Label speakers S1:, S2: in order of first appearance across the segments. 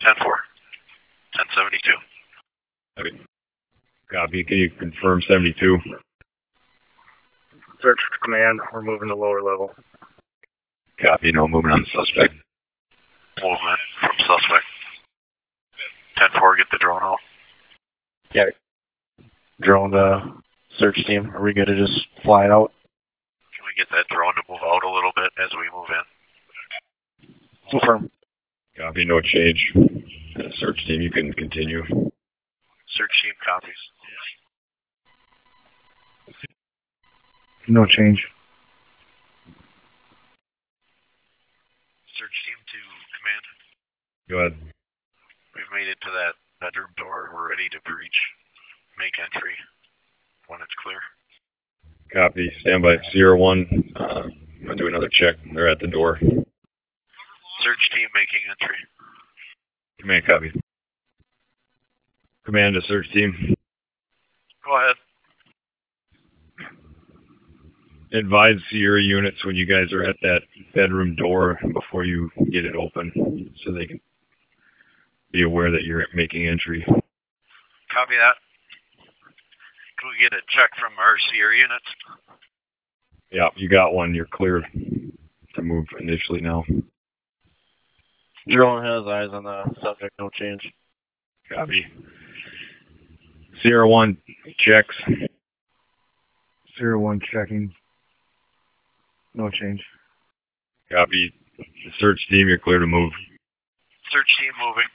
S1: Ten four. Ten seventy two.
S2: Copy. Can you confirm 72?
S3: Search for command. We're moving to lower level.
S2: Copy. No movement on the suspect.
S1: Movement from suspect. Ten four. Get the drone out.
S4: Drone uh, search team. Are we gonna just fly it out?
S1: Can we get that drone to move out a little bit as we move in?
S4: Confirm.
S2: Copy. No change. Search team, you can continue.
S1: Search team copies.
S3: No change.
S1: Search team to command.
S2: Go ahead.
S1: We've made it to that bedroom door. We're ready to breach. Make entry when it's clear.
S2: Copy. Stand by. Sierra 1. Uh, I'm going to do another check. They're at the door.
S1: Search team making entry.
S2: Command copy. Command to search team.
S1: Go ahead.
S2: Advise Sierra units when you guys are at that bedroom door before you get it open so they can be aware that you're making entry.
S1: Copy that. Can we get a check from our CR units?
S2: Yeah, you got one. You're clear to move initially now.
S4: Drone has eyes on the subject. No change.
S2: Copy. Sierra 1 checks.
S3: Zero one checking. No change.
S2: Copy. Search team, you're clear to move.
S1: Search team moving.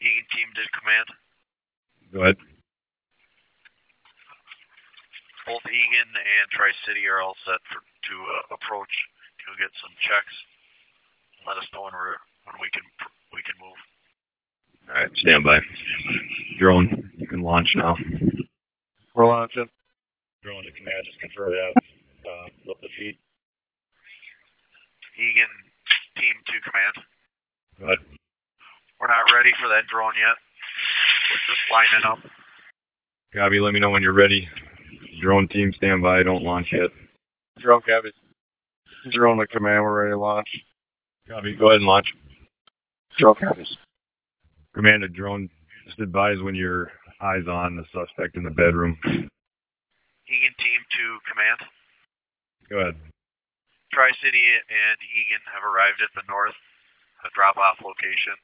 S1: Eagan team to command.
S2: Go ahead.
S1: Both Egan and Tri City are all set for to uh, approach. Go get some checks. Let us know when we're when we can we can move.
S2: All right, stand by. Drone, you can launch now.
S4: We're launching.
S2: Drone to command, just confirm that. Uh, up the feet.
S1: Egan team to command.
S2: Go ahead.
S1: We're not ready for that drone yet. We're just lining up.
S2: Copy, let me know when you're ready. Drone team, stand by. Don't launch yet.
S4: Drone cabin. Drone to command. We're ready to launch.
S2: Copy, go ahead and launch.
S4: Drone cabin.
S2: Command to drone, just advise when your eyes on the suspect in the bedroom.
S1: Egan team to command.
S2: Go ahead.
S1: Tri City and Egan have arrived at the north uh, drop off location.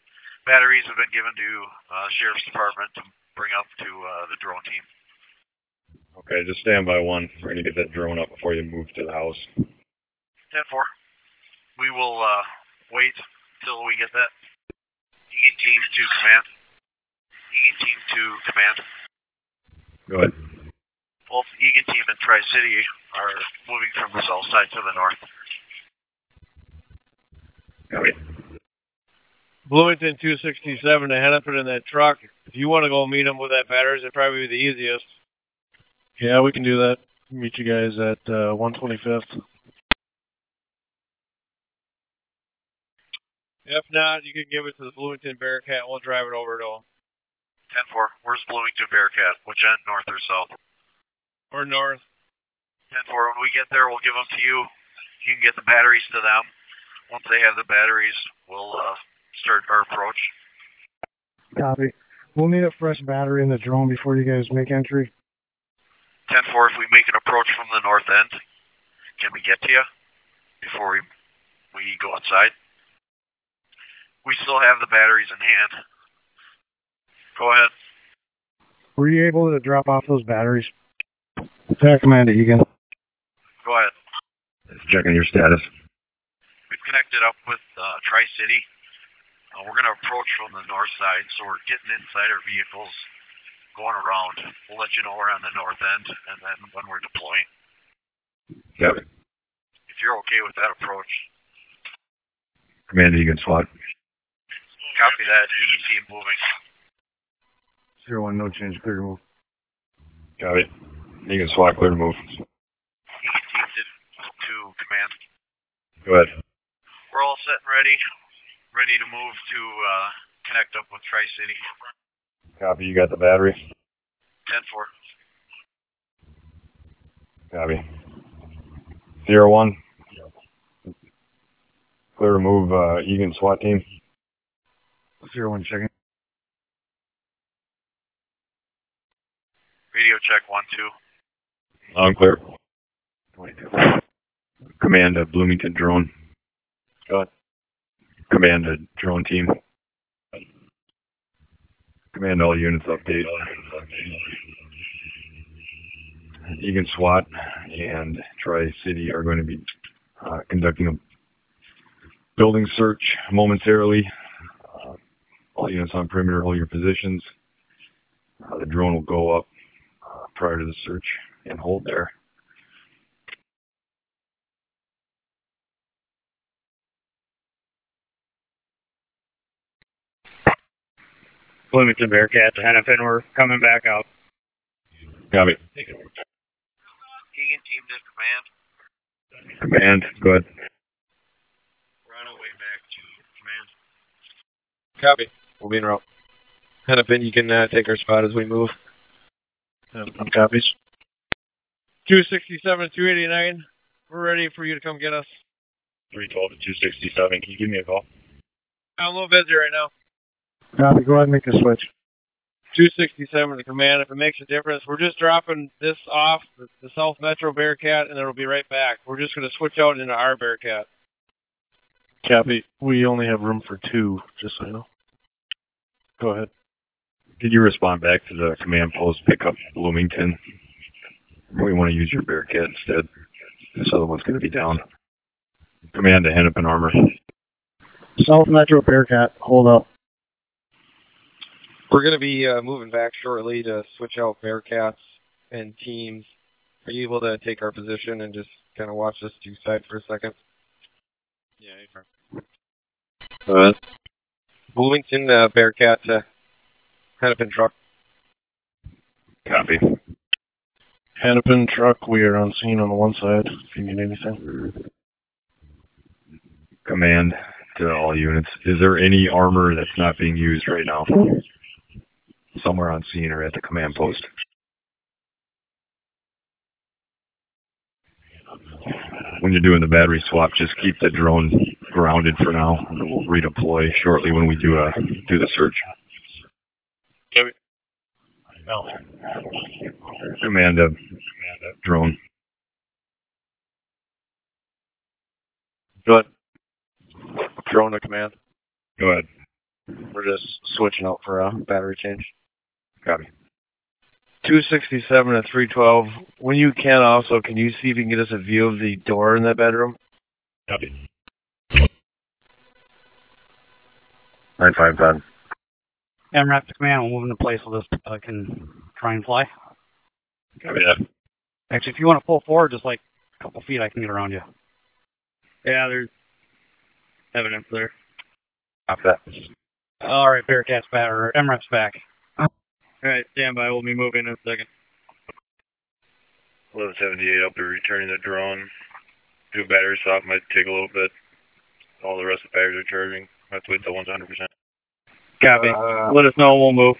S1: Batteries have been given to uh, Sheriff's Department to bring up to uh, the drone team.
S2: Okay, just stand by one. We're gonna get that drone up before you move to the house.
S1: 10 4. We will uh, wait till we get that. Egan team to command. Egan team to command.
S2: Go ahead.
S1: Both Egan team and Tri City are moving from the south side to the north.
S5: Bloomington 267 to Hennepin in that truck. If you want to go meet them with that batteries, it'd probably be the easiest.
S4: Yeah, we can do that. Meet you guys at uh, 125th.
S5: If not, you can give it to the Bloomington Bearcat. We'll drive it over to them.
S1: 10 4. Where's Bloomington Bearcat? Which end, north or south?
S5: Or north.
S1: 10 4. When we get there, we'll give them to you. You can get the batteries to them. Once they have the batteries, we'll uh, start our approach.
S3: Copy. We'll need a fresh battery in the drone before you guys make entry.
S1: 10 4. If we make an approach from the north end, can we get to you before we, we go outside? We still have the batteries in hand. Go ahead.
S3: Were you able to drop off those batteries? Attack command to Egan.
S1: Go ahead.
S2: Just checking your status.
S1: We've connected up with uh, Tri City. Uh, we're going to approach from the north side, so we're getting inside our vehicles, going around. We'll let you know we're on the north end, and then when we're deploying.
S2: Copy.
S1: If you're okay with that approach,
S2: Command Egan SWAT.
S1: copy that. You can see it moving.
S3: Zero one, no change, clear to move.
S2: Copy. Egan SWAT, clear to move.
S1: You can see it to command.
S2: Go ahead.
S1: We're all set and ready, ready to move to uh, connect up with Tri City.
S2: Copy, you got the battery.
S1: 10 4.
S2: Copy. Sierra 1. Clear remove uh, Egan SWAT team.
S6: Zero one second.
S7: Radio check one two.
S2: I'm clear. Command uh, Bloomington drone.
S8: Go ahead.
S2: Command uh, drone team. Command all units update. Egan SWAT and Tri City are going to be uh, conducting a building search momentarily. Uh, all units on perimeter, hold your positions. Uh, the drone will go up uh, prior to the search and hold there.
S9: Bloomington Bearcat to Hennepin. We're coming back out.
S2: Copy.
S7: Egan team to command.
S2: Command, go ahead.
S7: We're on our way back to command.
S4: Copy. We'll be in route. Hennepin, you can uh, take our spot as we move.
S8: Hennepin copies.
S4: 267 289. We're ready for you to come get us.
S10: 312 to 267. Can you give me a call?
S4: I'm a little busy right now.
S6: Copy. Go ahead and make the switch.
S4: 267 to command. If it makes a difference, we're just dropping this off the, the South Metro Bearcat, and it'll be right back. We're just going to switch out into our Bearcat.
S8: Copy. We only have room for two, just so you know. Go ahead.
S2: Did you respond back to the command post pickup Bloomington? We want to use your Bearcat instead. This other one's going to be down. Command to Hennepin Armor.
S6: South Metro Bearcat, hold up.
S4: We're going to be uh, moving back shortly to switch out Bearcats and teams. Are you able to take our position and just kind of watch us two side for a second?
S10: Yeah.
S4: Uh, Bloomington uh, Bearcat uh, Hennepin truck.
S2: Copy.
S8: Hennepin truck, we are on scene on the one side. If you need anything,
S2: Command to all units. Is there any armor that's not being used right now? Somewhere on scene or at the command post. When you're doing the battery swap, just keep the drone grounded for now. and We'll redeploy shortly when we do a do the search.
S10: No.
S2: Command uh, drone.
S8: go ahead. Drone to command.
S2: Go ahead.
S8: We're just switching out for a battery change.
S2: Copy.
S4: 267 to 312. When you can, also, can you see if you can get us a view of the door in that bedroom?
S10: Copy.
S2: Nine five ten.
S9: MRAP to command. We'll move into place. We'll just uh, can try and fly.
S2: Copy that.
S9: Actually, if you want to pull forward just like a couple feet, I can get around you.
S4: Yeah, there's evidence there.
S2: Copy that.
S9: All right, Bearcat's back or MRAP's back.
S4: All right, stand by. We'll be moving in a second.
S10: 1178, I'll be returning the drone. Do battery swap, might take a little bit. All the rest of the batteries are charging. I have to wait till one's 100%.
S4: Copy.
S2: Uh,
S4: Let us know. We'll move.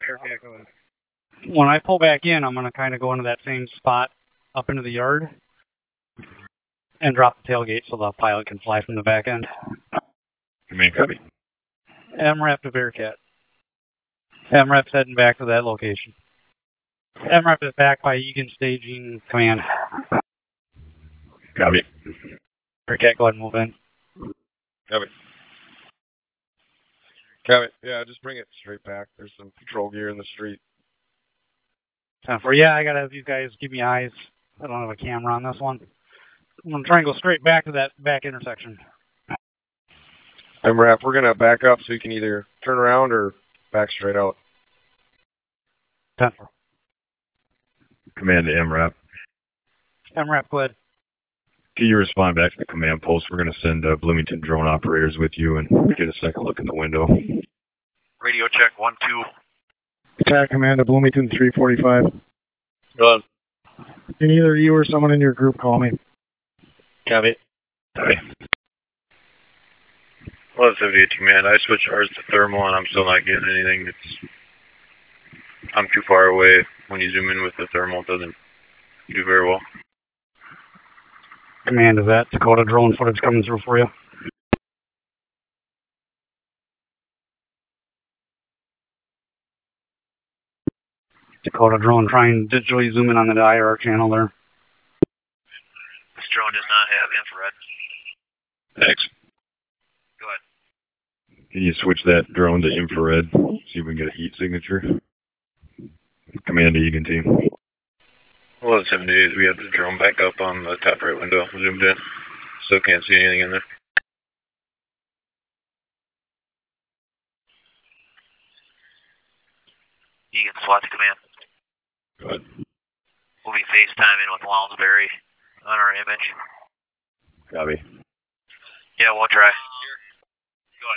S4: Bearcat going.
S9: When I pull back in, I'm gonna kind of go into that same spot up into the yard and drop the tailgate so the pilot can fly from the back end.
S2: Command copy.
S9: MRAP to Bearcat. MRAP's heading back to that location. MRAP is back by Egan Staging Command.
S2: Copy.
S9: Bearcat, go ahead and move in.
S4: Copy. Yeah, just bring it straight back. There's some patrol gear in the street.
S9: Time Uh, for yeah, I gotta have you guys give me eyes. I don't have a camera on this one. I'm gonna try and go straight back to that back intersection.
S4: And Raph, we're gonna back up so you can either turn around or back straight out.
S9: Time for
S2: Command to MRAP.
S9: MRAP, go ahead.
S2: Can you respond back to the command post? We're going to send uh, Bloomington drone operators with you and get a second look in the window.
S7: Radio check one two.
S6: Attack command to Bloomington 345.
S4: Go on.
S6: Can either you or someone in your group call me?
S4: Copy.
S10: 1178 to command. I switched ours to thermal and I'm still not getting anything. It's I'm too far away. When you zoom in with the thermal, it doesn't do very well.
S9: Command, is that Dakota drone footage coming through for you? Dakota drone, try and digitally zoom in on the IR channel there.
S11: This drone does not have infrared.
S12: Thanks.
S11: Go ahead.
S2: Can you switch that drone to infrared? See if we can get a heat signature. Command to Egan team.
S1: Eleven seventy eight. We have the drone back up on the top right window, zoomed in. Still can't see anything in there.
S11: Egan SWAT to command.
S2: Go ahead.
S11: We'll be FaceTiming with Lounsbury on our image.
S2: Copy.
S11: Yeah, we'll try. Go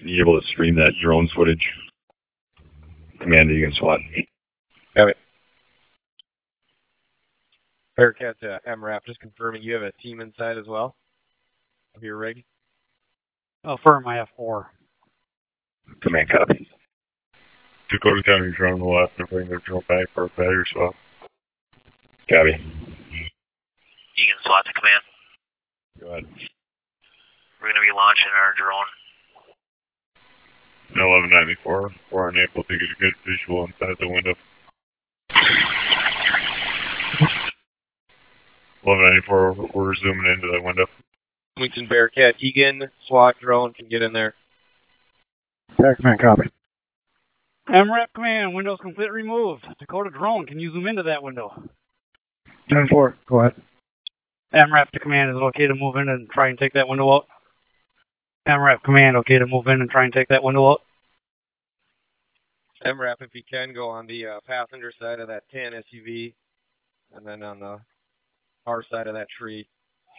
S11: ahead.
S2: You able to stream that drone footage? Command to Egan SWAT.
S4: Bearcat to MRAP, just confirming you have a team inside as well of your rig.
S9: Oh, firm, I have four.
S2: Command copy.
S1: Dakota County drone will have to bring their drone back for a battery swap.
S2: Copy.
S11: Egan SWAT to command.
S2: Go ahead.
S11: We're going to be launching our drone.
S1: Eleven ninety four. We're unable to get a good visual inside the window. Eleven ninety four. We're zooming into that window.
S4: Wilmington Bearcat, Egan, SWAT drone can get in there.
S3: Pac Man copy.
S9: MRAP command, windows complete removed. Dakota drone, can you zoom into that window?
S3: 10 4, go ahead.
S9: MRAP to command, is it okay to move in and try and take that window out? MRAP command, okay to move in and try and take that window out?
S4: MRAP, if you can, go on the uh, passenger side of that tan SUV, and then on the far side of that tree,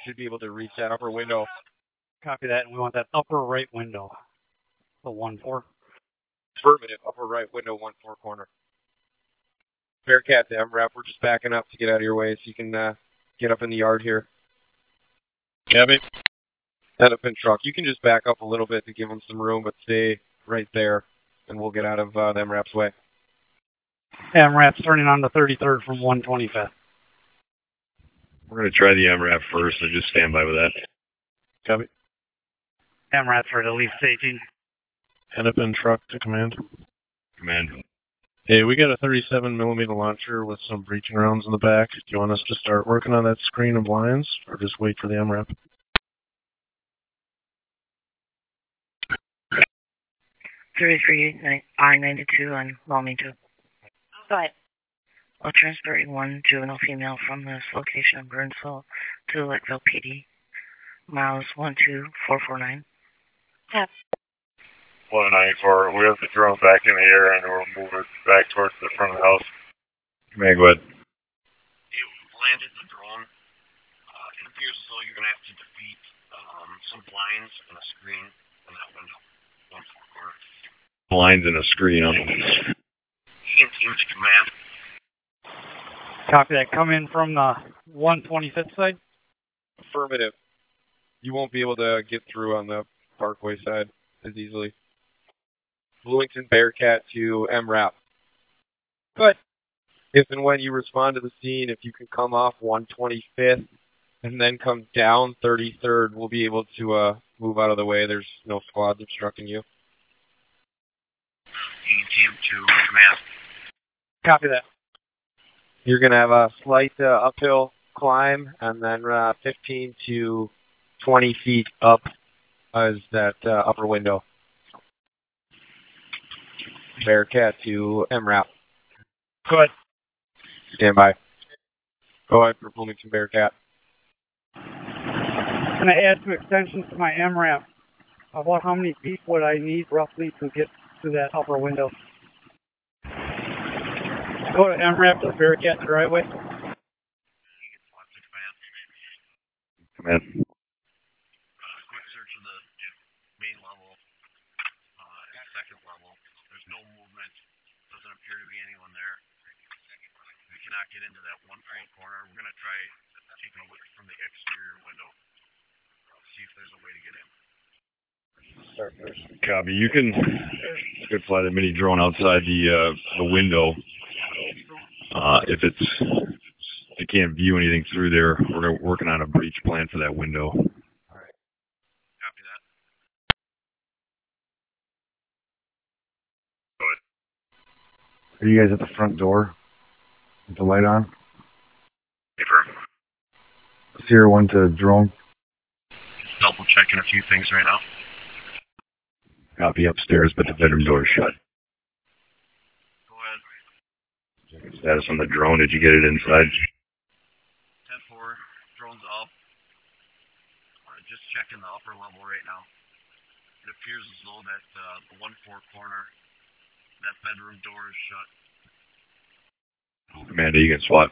S4: should be able to reach that upper window.
S9: Copy that, and we want that upper right window. The one four.
S4: Affirmative, upper right window, one four corner. Bearcat to MRAP, we're just backing up to get out of your way so you can uh, get up in the yard here.
S12: Copy.
S4: Hennepin truck, you can just back up a little bit to give them some room, but stay right there, and we'll get out of uh, the MRAP's way.
S9: MRAP's turning on the 33rd from 125th.
S2: We're gonna try the MRAP first, so just stand by with that.
S9: MRAP's ready to leave staging.
S12: Hennepin truck to command.
S2: Command.
S12: Hey, we got a 37 millimeter launcher with some breaching rounds in the back. Do you want us to start working on that screen of lines, or just wait for the MRAP?
S13: thirty-three, nine- I ninety-two and Wilmington. Go ahead. While transporting one juvenile female from this location in Burnsville to Lakeville PD, miles one two four four nine.
S1: Eleven ninety four. We have the drone back in the air and we'll move it back towards the front of the house.
S2: Command, go ahead.
S11: You landed the drone. Uh, it appears as though you're going to have to defeat um, some blinds and a screen in that window. One four corner.
S2: Lines in a screen on the
S11: Egan team to command.
S9: Copy that, come in from the 125th side.
S4: Affirmative. You won't be able to get through on the Parkway side as easily. Bloomington Bearcat to MRAP. But if and when you respond to the scene, if you can come off 125th and then come down 33rd, we'll be able to uh, move out of the way. There's no squads obstructing you.
S11: Egan team to command.
S9: Copy that.
S4: You're going to have a slight uh, uphill climb and then uh, 15 to 20 feet up as that uh, upper window. Bearcat to MRAP.
S9: Go ahead.
S4: Stand by. Go ahead for Bloomington Bearcat.
S9: Can I add two extensions to my MRAP? About how many feet would I need roughly to get to that upper window? Go to MRAP to Bearcat driveway.
S11: Egan SWAT to command.
S2: command.
S11: Uh, quick search of the you know, main level, uh, and second level. There's no movement. Doesn't appear to be anyone there. We cannot get into that one front corner. We're gonna try taking a look from the exterior window. See if there's a way to get in.
S2: Copy. You can you could fly the mini drone outside the uh, the window uh, if it's they can't view anything through there, we're working on a breach plan for that window.
S14: Copy that.
S1: Are you guys at the front door? With the light on?
S14: Confirm.
S1: Sierra 1 to drone.
S14: Just double checking a few things right now.
S2: Copy upstairs, but the bedroom door is shut.
S14: Go ahead.
S2: Status on the drone, did you get it inside?
S14: Ten four. Drone's up. Alright, just checking the upper level right now. It appears as though that uh, the one four corner, that bedroom door is shut.
S2: Commander, you can SWAT.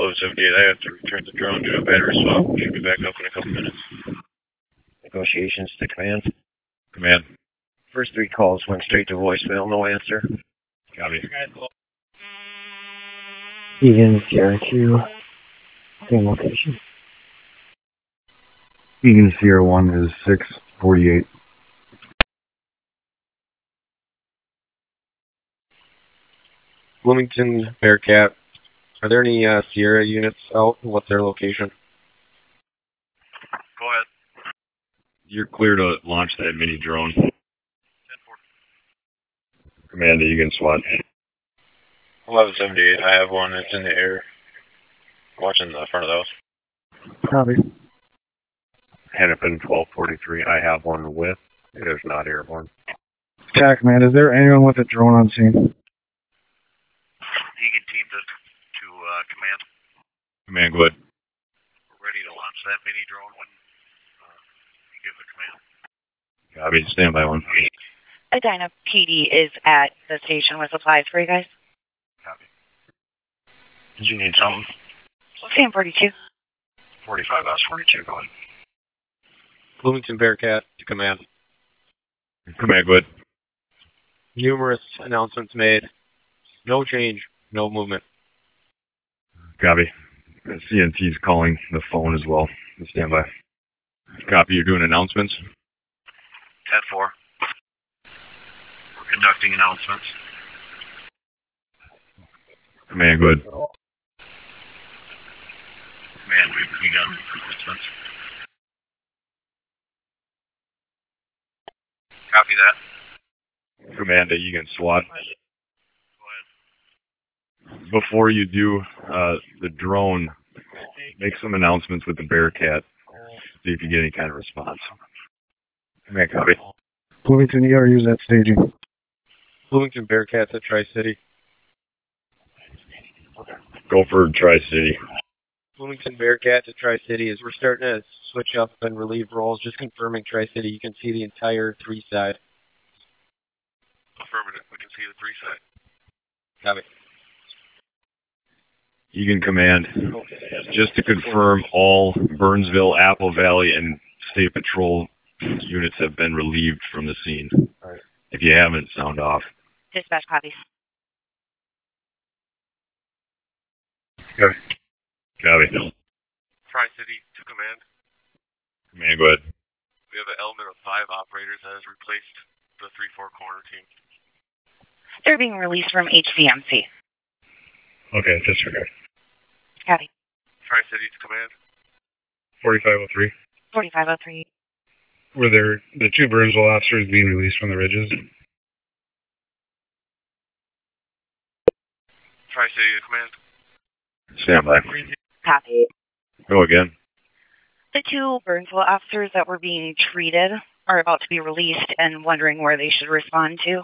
S6: Eleven seventy eight, I have to return the drone to a battery swap. Should be back up in a couple minutes.
S15: Negotiations to command.
S2: Command.
S15: First three calls went straight to voicemail, no answer.
S2: Copy.
S15: Even CR2, same location.
S1: Egan Sierra 1 is 648.
S4: Bloomington Bearcat. Are there any uh, Sierra units out? and What's their location?
S14: Go ahead.
S2: You're clear to launch that mini drone.
S14: Ten four.
S2: Commander, you can SWAT.
S6: Eleven seventy eight, I have one, it's in the air. Watching the front of the house.
S1: Copy.
S3: Hennepin 1243. I have one with. It is not airborne.
S1: Attack, man. Is there anyone with a drone on scene?
S14: Egan team to to uh, command.
S2: Command, go ahead.
S14: We're ready to launch that mini drone when uh, you give the command.
S2: Copy, stand by one.
S13: Edina PD is at the station with supplies for you guys.
S3: Did you need something?
S13: Sam 42.
S3: 45 S 42 going.
S4: Bloomington Bearcat to command.
S2: Command, go ahead.
S4: Numerous announcements made. No change, no movement.
S2: Copy. CNT's calling the phone as well. Stand by. Copy, you're doing announcements?
S14: Ten four. We're conducting announcements.
S2: Command, go ahead.
S14: Man, we've begun announcements. Copy that.
S2: Command, you can SWAT.
S14: Go ahead.
S2: Before you do uh, the drone, make some announcements with the Bearcat. See if you get any kind of response. Command, copy.
S1: Bloomington ERU's at staging.
S4: Bloomington Bearcats at Tri City.
S2: Go for Tri City.
S4: Bloomington Bearcat to Tri City is we're starting to switch up and relieve roles. Just confirming Tri City, you can see the entire three side.
S14: Affirmative. We can see the three side.
S4: Copy.
S2: You can command. Just to confirm, all Burnsville, Apple Valley, and State Patrol units have been relieved from the scene. If you haven't, sound off.
S13: Dispatch copies.
S2: Copy.
S3: Tri City to command.
S2: Command, go ahead.
S3: We have an element of five operators that has replaced the 3 4 corner team.
S13: They're being released from HVMC.
S6: Okay, disregard.
S13: Copy.
S3: Tri City to command.
S6: Forty five oh three.
S13: 4503.
S6: Were there the two Burnsville officers being released from the ridges?
S3: Tri City to command.
S2: Stand by.
S13: Copy.
S2: Go again.
S13: The two Burnsville officers that were being treated are about to be released and wondering where they should respond to.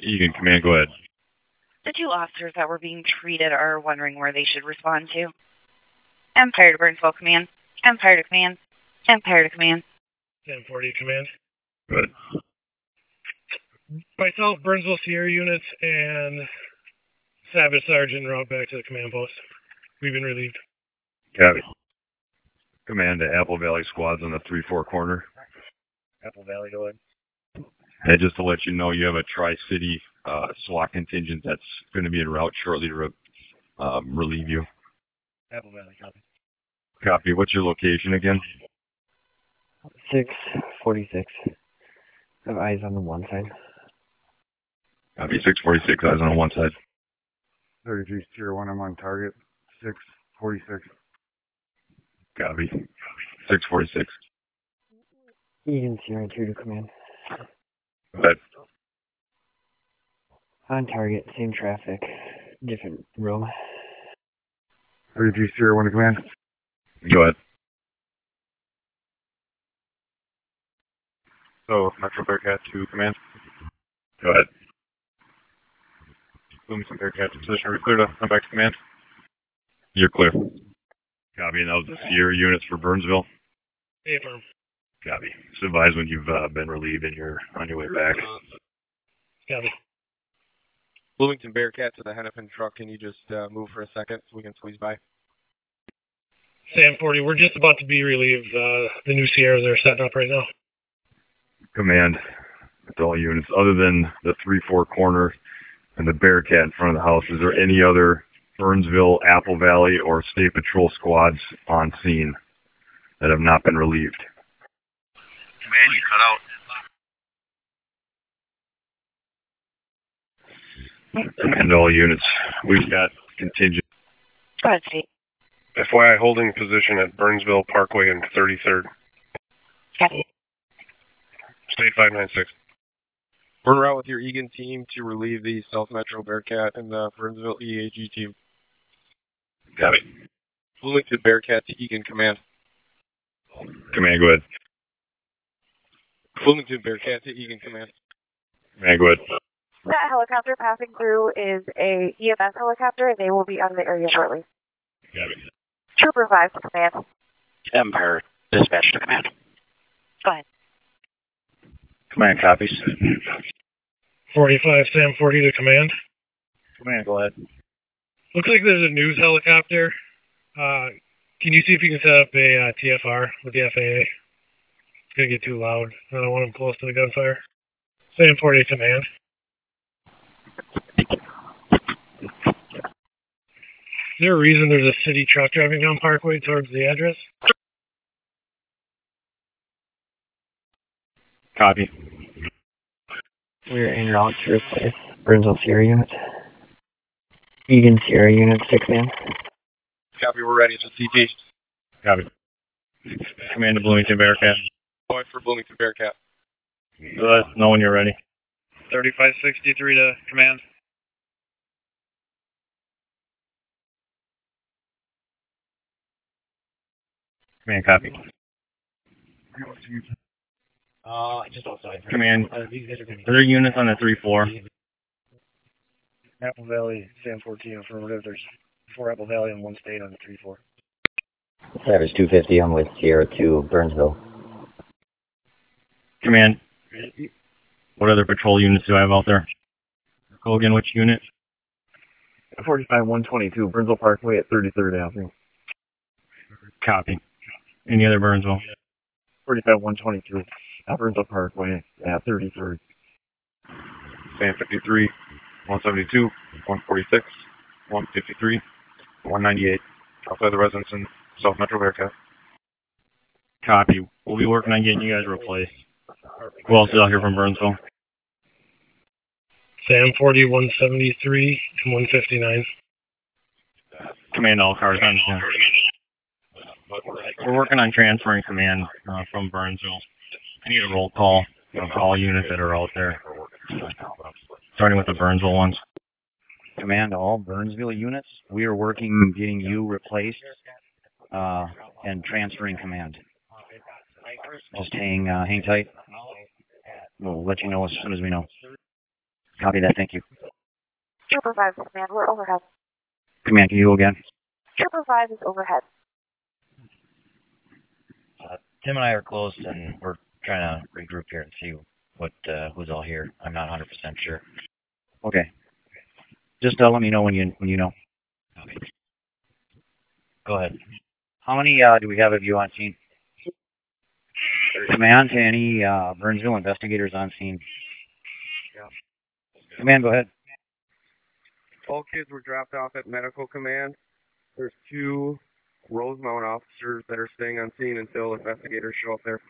S2: You can command, go ahead.
S13: The two officers that were being treated are wondering where they should respond to. Empire to Burnsville Command. Empire to Command. Empire to Command.
S3: Ten forty command.
S2: Go ahead.
S3: Myself, Burnsville Sierra units, and Savage Sergeant route back to the command post. We've been relieved.
S2: Copy. Command to Apple Valley squads on the 3 4 corner.
S3: Apple Valley going.
S2: And just to let you know, you have a Tri City uh, SWAT contingent that's going to be en route shortly to re- um, relieve you.
S3: Apple Valley copy.
S2: Copy. What's your location again?
S15: 646. I have eyes on the one side.
S2: Copy 646, eyes on one side.
S1: 33 Sierra 1, I'm on target.
S16: six forty six.
S2: Copy. 646.
S17: Eden's here on two to command.
S2: But
S17: On target, same traffic, different room.
S16: Thirty three zero one to command.
S2: go ahead.
S16: So Metro Bearcat to command.
S2: Go ahead.
S16: Bloomington Bearcat to position. Are we cleared up? Come back to command.
S2: You're clear. Copy. And that was the Sierra units for Burnsville.
S3: Affirm.
S2: Copy. Just advise when you've uh, been relieved and you're on your way back.
S3: Copy.
S4: Bloomington Bearcat to the Hennepin truck. Can you just uh, move for a second so we can squeeze by?
S3: Sam 40, we're just about to be relieved. Uh, the new Sierras are setting up right now.
S2: Command to all units, other than the 3 4 corner and the Bearcat in front of the house, is there any other Burnsville, Apple Valley, or State Patrol squads on scene that have not been relieved?
S18: Man, you cut out.
S2: And all units, we've got contingent.
S19: Roger.
S20: FYI, holding position at Burnsville Parkway and 33rd.
S19: Copy.
S20: State 596.
S4: We're en route with your Egan team to relieve the South Metro Bearcat and the Burnsville EAG team.
S2: Got it.
S4: Bloomington Bearcat to Egan Command.
S2: Command, go ahead.
S4: Bloomington Bearcat to Egan Command.
S2: Command, go ahead.
S13: That helicopter passing through is a EMS helicopter, and they will be out of the area shortly. Trooper 5 to command.
S1: Empire dispatch to command.
S13: Go ahead.
S1: Command copies.
S3: 45, Sam 40 to command.
S1: Command, go ahead.
S3: Looks like there's a news helicopter. Uh, can you see if you can set up a uh, TFR with the FAA? It's going to get too loud. I don't want them close to the gunfire. Sam 40 command. Is there a reason there's a city truck driving down Parkway towards the address?
S2: Copy.
S17: We're en route to replace Burnsville Sierra unit. Egan Sierra unit six man.
S4: Copy, we're ready. It's a CT.
S2: Copy.
S1: Command to Bloomington Bearcat.
S4: Point for Bloomington Bearcat.
S1: Let us know when you're ready.
S21: 3563 to command.
S1: Command copy.
S21: Uh, I just outside.
S1: Command.
S21: Uh, these guys are going to
S1: Other units on the 3-4.
S21: Apple Valley, Sam 14 affirmative. There's four Apple Valley and one state on the 3 4.
S11: Savage 250, I'm with Sierra 2, Burnsville.
S1: Command. What other patrol units do I have out there? Go again, which unit?
S17: 45 122, Burnsville Parkway at 33rd Avenue.
S1: Copy. Any other Burnsville?
S17: 45 122, at Burnsville Parkway at 33rd.
S16: Fan 53, 172, 146, 153, 198. Outside the residence in South Metro Bearcat.
S1: Copy. We'll be working on getting you guys replaced. Who else is out here from Burnsville?
S3: Sam 40, 173 and 159.
S1: Command all cars. understand. We're working on transferring command uh, from Burnsville. I need a roll call of all units that are out there, starting with the Burnsville ones.
S11: Command to all Burnsville units. We are working getting you replaced uh, and transferring command. Just hang uh, hang tight. We'll let you know as soon as we know. Copy that. Thank you.
S13: Trooper 5 to command. We're overhead.
S11: Command, can you go again?
S13: Trooper 5 is overhead.
S11: Uh, Tim and I are close, and we're trying to regroup here and see what uh, who's all here. I'm not 100% sure. Okay. Just uh, let me know when you when you know. Go ahead. How many uh, do we have of you on scene? Command to any uh, Burnsville investigators on scene. Command, go ahead.
S4: All kids were dropped off at medical command. There's two Rosemount officers that are staying on scene until investigators show up there.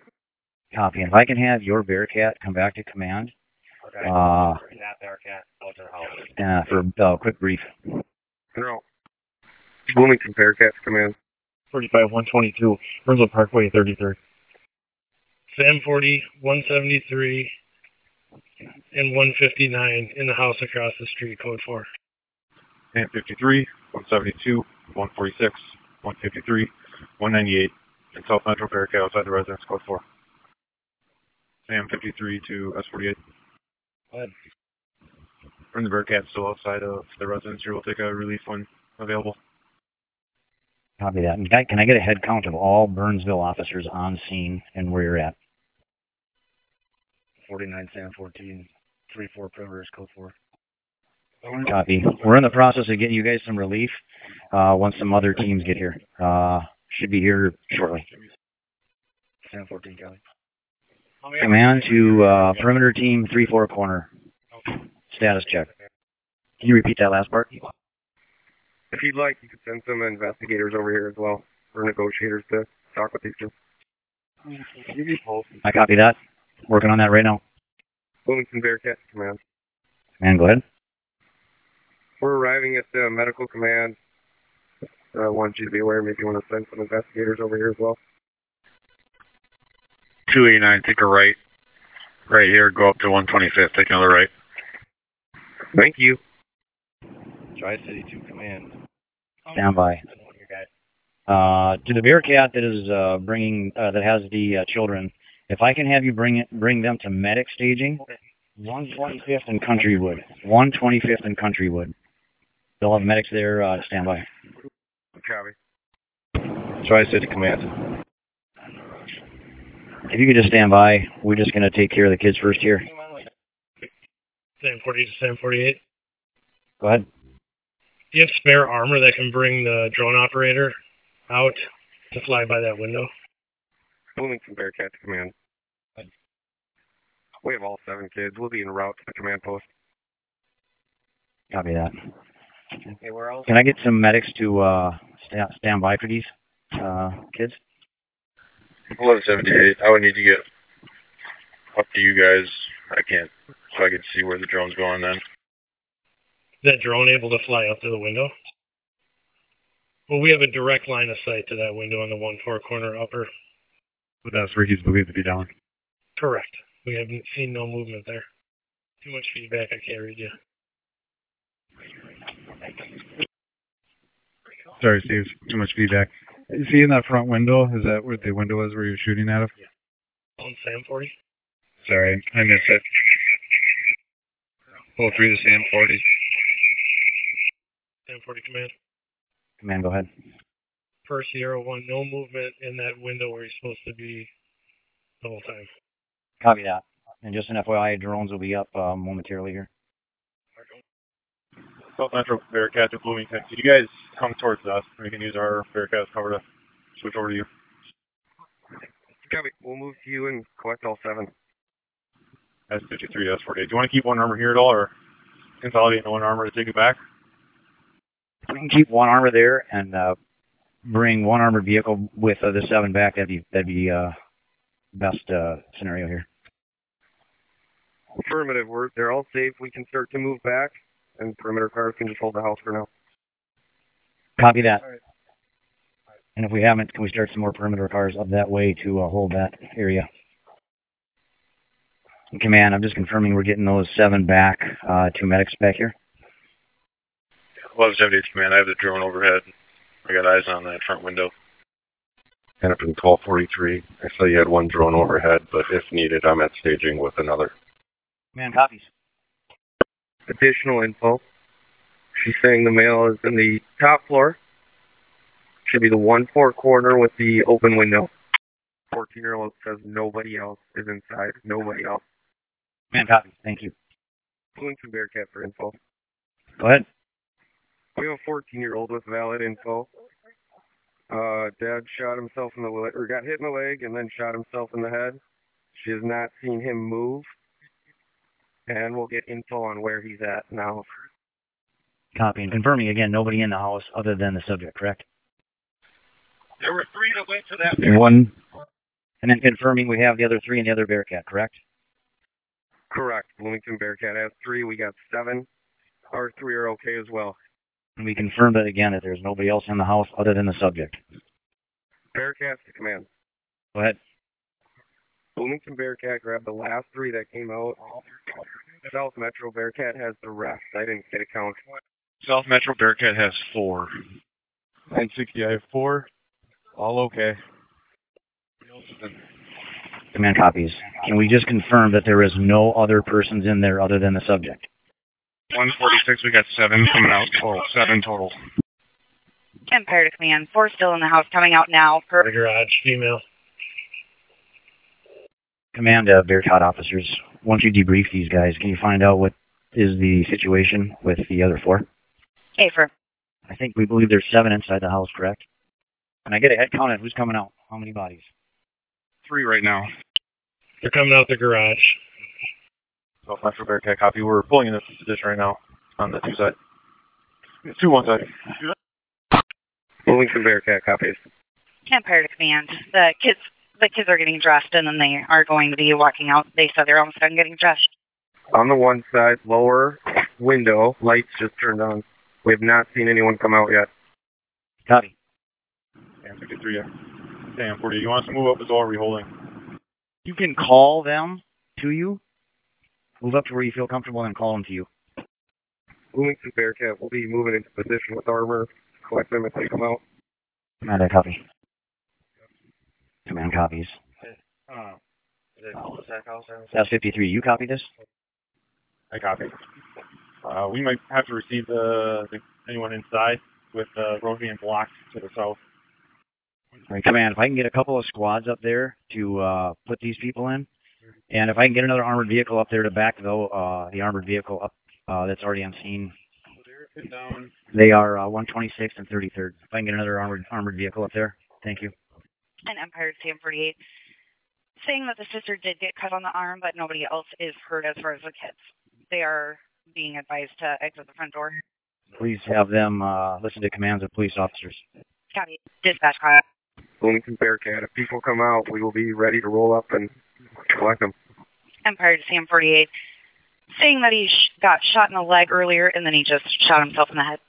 S11: Copy. And if I can have your Bearcat come back to command uh,
S21: That Bearcat, go to the house.
S11: uh, for a uh, quick brief.
S4: Enroute. Bloomington Bearcats Command.
S22: 35, 122, Burnsville Parkway, 33rd.
S3: Sam 40, 173, and 159 in the house across the street, code 4.
S1: Sam 53, 172, 146, 153, 198, and South Metro Bearcat outside the residence, code 4. Sam 53 to S48.
S22: Good.
S1: Bring the Bearcat still outside of the residence here. We'll take a relief when available.
S11: Copy that. And Can I- can I get a head count of all Burnsville officers on scene and where you're at?
S22: 49, Sam 14, 34, Primrose, code 4.
S11: Copy. We're in the process of getting you guys some relief uh, once some other teams get here. Uh, should be here shortly.
S22: Sam 14, Kelly.
S11: Command to uh, perimeter team 3 4 corner. Status check. Can you repeat that last part?
S4: If you'd like, you could send some investigators over here as well, or negotiators to talk with these two.
S11: I copy that. Working on that right now.
S4: Bloomington Bearcats Command.
S11: Man, go ahead.
S4: We're arriving at the medical command. I want you to be aware. Maybe you want to send some investigators over here as well.
S10: 289, take a right. Right here, go up to 125th, take another right.
S4: Thank you.
S22: Tri City 2 Command.
S11: Stand by. Uh, to the Bearcat that is uh, bringing uh, that has the uh, children, if I can have you bring it, bring them to medic staging, 125th and Countrywood, 125th and Countrywood. They'll have medics there. Uh, stand by.
S4: Copy.
S11: Tri City Command. If you could just stand by, we're just going to take care of the kids first here.
S3: Sam 40 to Sam 48.
S11: Go ahead.
S3: Do you have spare armor that can bring the drone operator out to fly by that window?
S4: Bloomington Bearcats Command. We have all seven kids. We'll be en route to the command post.
S11: Copy that.
S22: Okay, where else?
S11: Can I get some medics to uh, sta stand by for these uh, kids?
S10: 1178, I would need to get up to you guys. I can't, so I can see where the drone's going then.
S3: Is that drone able to fly up to the window? Well, we have a direct line of sight to that window on the one four corner upper.
S1: With us, Ricky's believed to be down.
S3: Correct. We haven't seen no movement there. Too much feedback. I can't read you.
S1: Sorry, Steve. Too much feedback.
S23: You see in that front window? Is that where the window is where you're shooting out of?
S3: On Sam 40.
S1: Sorry, I missed it.
S10: Pull through the Sam 40.
S3: Sam 40 command.
S11: Command, go ahead.
S3: Per Sierra 1, no movement in that window where he's supposed to be the whole time.
S11: Copy that. And just an FYI, drones will be up uh, momentarily here.
S1: South Metro Bearcat to Bloomington. Could you guys come towards us? We can use our Bearcat cover to switch over to you.
S4: Copy. We'll move to you and collect all seven.
S1: S53, S48. Do you want to keep one armor here at all, or consolidate into one armor to take it back?
S11: We can keep one armor there and uh, bring one armored vehicle with uh, the seven back. That'd be that'd be uh, best uh, scenario here.
S4: Affirmative. We're, they're all safe. We can start to move back, and perimeter cars can just hold the house for now.
S11: Copy that. And if we haven't, can we start some more perimeter cars up that way to uh, hold that area? And Command, I'm just confirming we're getting those seven back uh, to medics back here.
S10: 1178 command, I have the drone overhead. I got eyes on that front window.
S24: And up in 1243, I saw you had one drone overhead, but if needed, I'm at staging with another.
S11: Man, copies.
S4: Additional info. She's saying the male is in the top floor. Should be the one four corner with the open window. Fourteen year old says nobody else is inside. Nobody else.
S11: Man, copies. Thank you.
S4: Bloomington Bearcat for info.
S11: Go ahead.
S4: We have a 14 year old with valid info. Uh, dad shot himself in the leg, or got hit in the leg, and then shot himself in the head. She has not seen him move, and we'll get info on where he's at now.
S11: Copy. And confirming again, nobody in the house other than the subject, correct?
S7: There were three that went to that.
S11: One. And then confirming we have the other three and the other Bearcat, correct?
S4: Correct. Bloomington Bearcat has three. We got seven. Our three are okay as well.
S11: And we confirm that again that there's nobody else in the house other than the subject.
S4: Bearcat to command.
S11: Go ahead.
S4: Bloomington Bearcat grabbed the last three that came out. South Metro Bearcat has the rest. I didn't get a count.
S1: South Metro Bearcat has four.
S4: And Suki, I have four. All okay.
S11: Command copies. Can we just confirm that there is no other persons in there other than the subject?
S1: 146, we got seven coming out total. Seven total.
S13: Empire to command. Four still in the house, coming out now. Per-
S3: the garage, female.
S11: Command uh, Bearcat officers, once you debrief these guys, can you find out what is the situation with the other four?
S13: Hey, for
S11: I think we believe there's seven inside the house, correct? And I get a head count on who's coming out. How many bodies?
S1: Three right now.
S3: They're coming out the garage.
S1: South Metro Bearcat copy. We're pulling in this position right now on the two side. It's two one side.
S4: Bloomington Bearcat copies.
S13: Empire to command. The kids, the kids are getting dressed, and then they are going to be walking out. They said they're almost done getting dressed.
S4: On the one side, lower window, lights just turned on. We have not seen anyone come out yet.
S11: Copy.
S1: Sam 53, yeah. Sam 40, you want us to move up as well, or are we holding?
S11: You can call them to you. Move up to where you feel comfortable and call them to you.
S4: Bloomington Bearcat will be moving into position with armor. Collect them if they come out.
S11: Command, I copy. Command copies.
S1: Oh.
S22: Uh, is it Zach Allison?
S11: That's 53. You copy this?
S1: I copy. Uh, we might have to receive the, the anyone inside with the road being blocked to the south.
S11: All right, command, if I can get a couple of squads up there to uh, put these people in, and if I can get another armored vehicle up there to back though uh, the armored vehicle up uh, that's already on scene, they are uh, 126th and 33rd. If I can get another armored armored vehicle up there, thank you.
S13: and Empire to 48, saying that the sister did get cut on the arm, but nobody else is hurt as far as the kids. They are being advised to exit the front door.
S11: Please have them uh, listen to commands of police officers.
S13: Copy. Dispatch call.
S4: Bloomington Bearcat, if people come out, we will be ready to roll up and collect them.
S13: Empire to Sam 48, saying that he sh- got shot in the leg earlier and then he just shot himself in the head.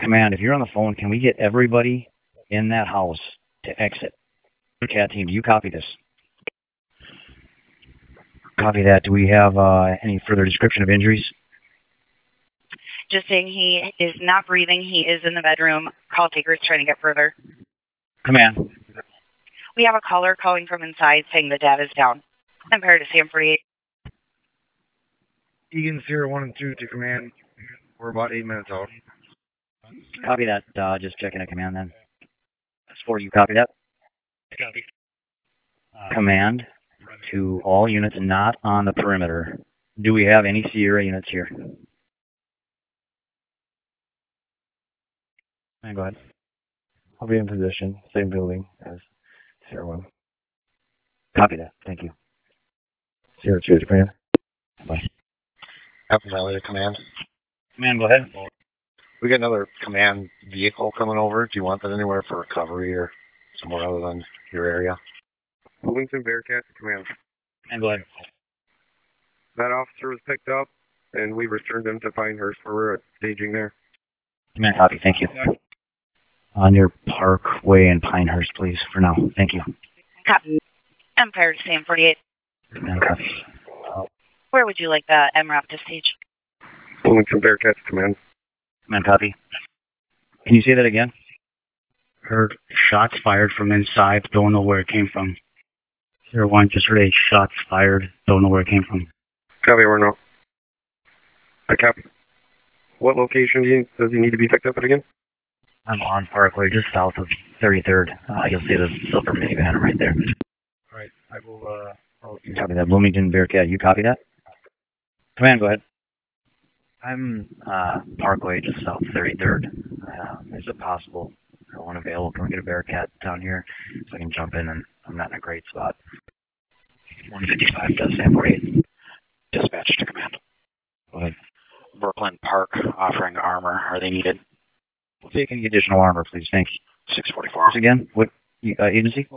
S11: Command, if you're on the phone, can we get everybody in that house to exit? Cat team, do you copy this? Copy that. Do we have uh, any further description of injuries?
S13: Just saying he is not breathing. He is in the bedroom. Call taker is trying to get further.
S11: Command,
S13: We have a caller calling from inside saying the dad is down. Empire to Sam 48,
S22: Egan Sierra 1 and 2 to command. We're about eight minutes out.
S11: copy that. Uh, just checking a command then. That's for you. Copy that.
S3: Copy.
S11: Command to all units not on the perimeter. Do we have any Sierra units here? And go ahead.
S25: I'll be in position, same building as Sierra 1.
S11: Copy that. Thank you.
S25: Sierra 2 to command.
S11: Bye.
S22: Happy Valley to command.
S11: Command, go ahead.
S22: We got another command vehicle coming over. Do you want that anywhere for recovery or somewhere other than your area?
S4: Bloomington Bearcat to command.
S11: And go ahead.
S4: That officer was picked up, and we returned him to Pinehurst where we're staging there.
S11: Command, copy. Thank you. On your Parkway and Pinehurst, please, for now. Thank you.
S13: copy. Empire to Sam 48,
S11: Command, copy.
S13: where would you like the MRAP to stage?
S4: Bloomington Bearcat to command.
S11: Command, copy. Can you say that again?
S26: Heard shots fired from inside. Don't know where it came from. Zero one just heard a shots fired. Don't know where it came from.
S4: Copy, we're not.
S27: Uh,
S4: I copy. What location do you, does he need to be picked up at again?
S11: I'm on Parkway, just south of 33rd. Uh, you'll see the silver minivan right there.
S22: All right, I will. Uh, I'll-
S11: Copy that. Bloomington Bearcat, you copy that? Command, go ahead. I'm uh, Parkway, just south of 33rd. Uh, is it possible? I want available. Can we get a Bearcat down here so I can jump in? And I'm not in a great spot. 155 does Sam 48.
S26: Dispatch to command.
S11: Go ahead.
S26: Brooklyn Park offering armor. Are they needed?
S11: Taking the additional armor, please. Thank you.
S26: 644.
S11: Once again, what uh, agency?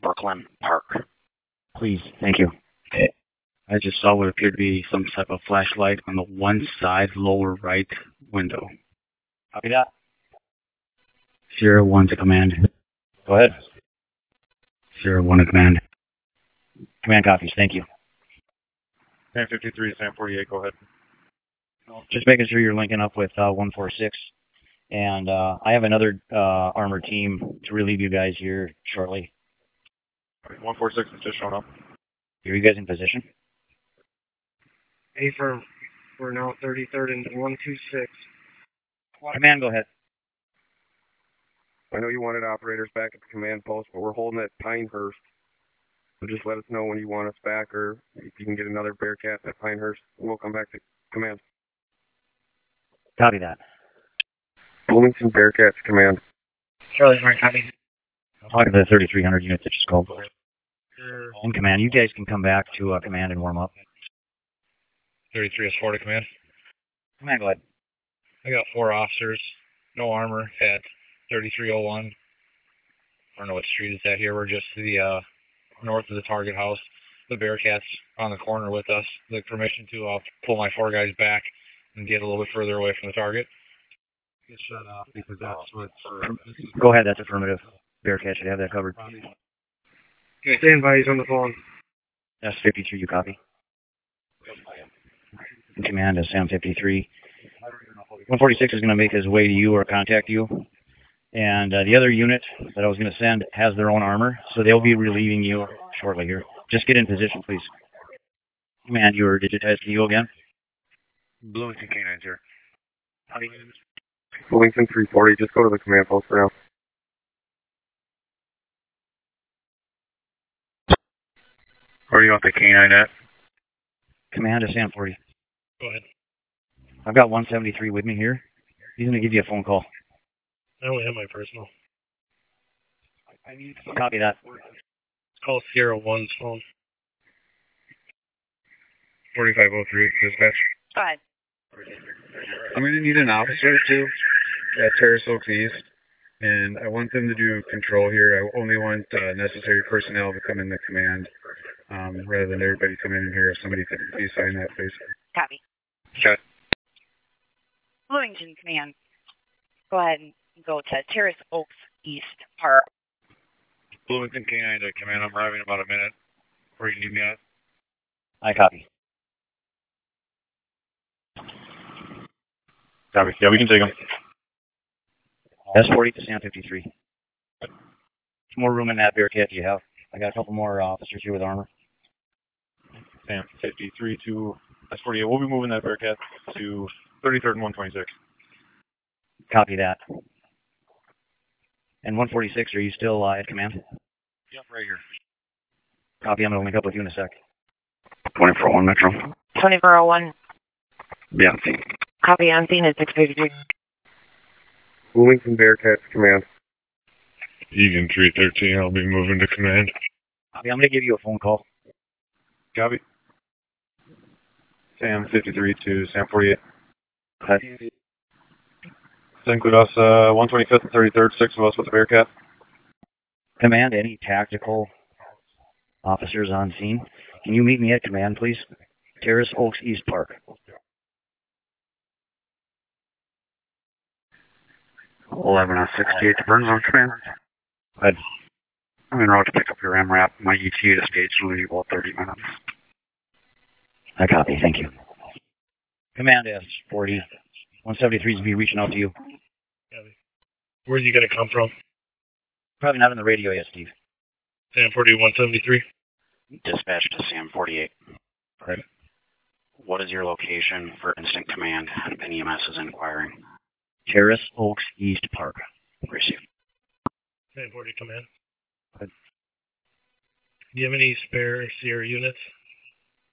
S26: Brooklyn Park.
S11: Please. Thank you.
S26: I just saw what appeared to be some type of flashlight on the one side lower right window.
S11: Copy that.
S26: Sierra 1 to command.
S11: Go ahead.
S26: Sierra 1 to command.
S11: Command copies. Thank you.
S1: Sam 53, Sam 48, go ahead.
S11: Just making sure you're linking up with uh, 146. And uh, I have another uh, armored team to relieve you guys here shortly.
S1: 146 is just showing up.
S11: Are you guys in position?
S3: A firm. We're now 33rd and 126.
S11: Command, go ahead.
S27: I know you wanted operators back at the command post, but we're holding at Pinehurst. So just let us know when you want us back, or if you can get another Bearcat at Pinehurst, and we'll come back to command.
S11: Copy that.
S27: Bloomington Bearcats command.
S26: Charlie, Mark, copy.
S11: Talking to the 3,300 units that just called. In command, you guys can come back to uh, command and warm up.
S4: 33 is 4 to command.
S11: Command, go ahead.
S4: I got four officers, no armor at 3301. I don't know what street is that here. We're just to the uh, north of the target house. The Bearcats on the corner with us. The permission to uh, pull my four guys back and get a little bit further away from the target.
S3: Get shut off because that's what's.
S4: uh,
S11: Go ahead. That's affirmative. Bearcat should have that covered.
S3: Okay, stand by. He's on the phone.
S11: That's 53. You copy. In command is Sam 53. 146 is going to make his way to you or contact you. And uh, the other unit that I was going to send has their own armor, so they'll be relieving you shortly here. Just get in position, please. Command, you are digitized to you again.
S27: Bloomington canines here. Bloomington 340, just go to the command post for now.
S10: Where do you want the canine at?
S11: Command is Sam 40.
S3: Go ahead.
S11: I've got 173 with me here. He's going to give you a phone call.
S3: I only have my personal.
S11: I need Copy that.
S3: Call Sierra One's phone.
S4: 4503 dispatch.
S13: Go ahead.
S1: I'm going to uh, need an officer too at Terrace Oaks East, and I want them to do control here. I only want uh, necessary personnel to come in the command um, rather than everybody come in here. If somebody could please sign that, please.
S13: Copy.
S1: Okay.
S13: Bloomington Command. Go ahead and go to Terrace Oaks East Park.
S10: Bloomington canine to command. I'm arriving in about a minute. Where you need me at?
S11: I copy.
S1: Copy. Yeah, we can take them.
S11: S40 to Sam 53. More room in that Bearcat you have. I got a couple more uh, officers here with armor.
S1: Sam 53 to S48. We'll be moving that Bearcat to 33rd and 126.
S11: Copy that. And 146, are you still uh, at command?
S10: Yep, right here.
S11: Copy. I'm going to link up with you in a sec.
S22: 2401 Metro.
S28: 2401.
S22: Yeah, see.
S28: Copy on scene at 653.
S27: Bloomington Bearcats command.
S10: Egan 313, I'll be moving to command.
S11: Copy. I'm going to give you a phone call.
S1: Copy. Sam 53 to Sam 48.
S11: Okay.
S1: Does include us, uh, 125th and 33rd, six of us with the Bearcat.
S11: Command, any tactical officers on scene? Can you meet me at command, please? Terrace Oaks East Park.
S26: Eleven oh sixty-eight to Burnsville Command.
S11: Good.
S26: I'm en route to pick up your MRAP. My E ETA to stage will be about 30 minutes.
S11: I copy. Thank you. Command S40. 173 is be reaching out to you.
S3: Where's he going to come from?
S11: Probably not on the radio yet, Steve.
S3: Sam 40, 173.
S26: Dispatch to Sam 48.
S1: Right.
S26: What is your location for instant command? An EMS is inquiring.
S11: Terrace Oaks East Park.
S26: Receive.
S3: Sam 40, come in. Do you have any spare Sierra units?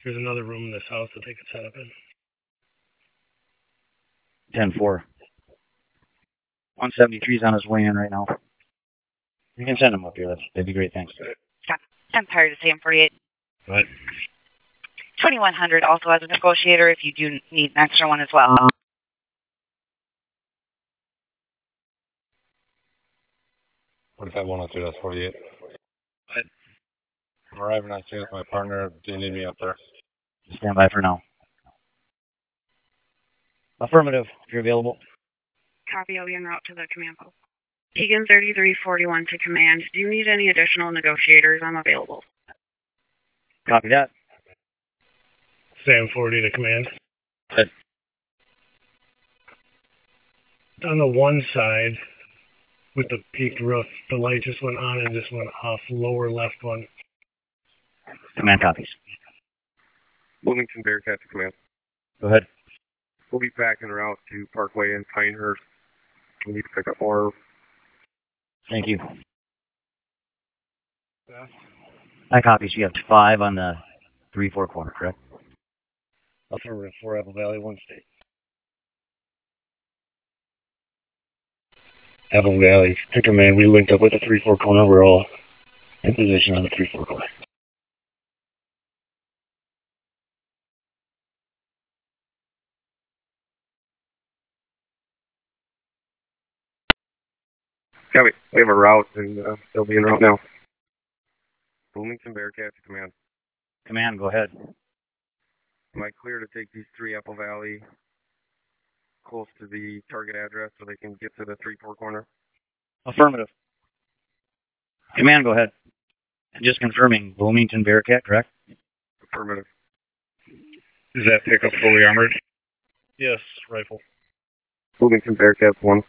S3: There's another room in this house that they could set up in.
S11: 10 4. 173 is on his way in right now. You can send him up here. That's, that'd be great. Thanks.
S13: I'm tired of Sam 48.
S11: Go ahead.
S13: 2100 also has a negotiator if you do need an extra one as well.
S1: What if I want to do that's 48? I'm arriving on scene with my partner. Do you need me up there?
S11: Stand by for now. Affirmative, if you're available.
S13: Copy, I'll be en route to the command post. Egan 3341 to command. Do you need any additional negotiators? I'm available.
S11: Copy that.
S3: Sam 40 to command.
S11: Good.
S3: On the one side, with the peaked roof, the light just went on and just went off. Lower left one.
S11: Command copies.
S4: Bloomington Bearcat to command.
S11: Go ahead.
S4: We'll be back en route to Parkway and Pinehurst. We need to pick up more.
S11: Thank you.
S3: Yeah.
S11: I copies. You have five on the three four corner, correct?
S3: Affirmative, four Apple Valley, one state.
S29: Apple Valley. Pick a man. We linked up with the 3 4 corner. We're all in position on the 3 4 corner.
S4: Yeah, we, we have a route, and uh, they'll be en route now. Bloomington Bearcat to command.
S11: Command, go ahead.
S4: Am I clear to take these three Apple Valley close to the target address so they can get to the 3-4 corner?
S11: Affirmative. Command, go ahead. And just confirming, Bloomington Bearcat, correct?
S4: Affirmative.
S30: Is that pickup fully armored?
S31: Yes, rifle.
S4: Bloomington Bearcat 1.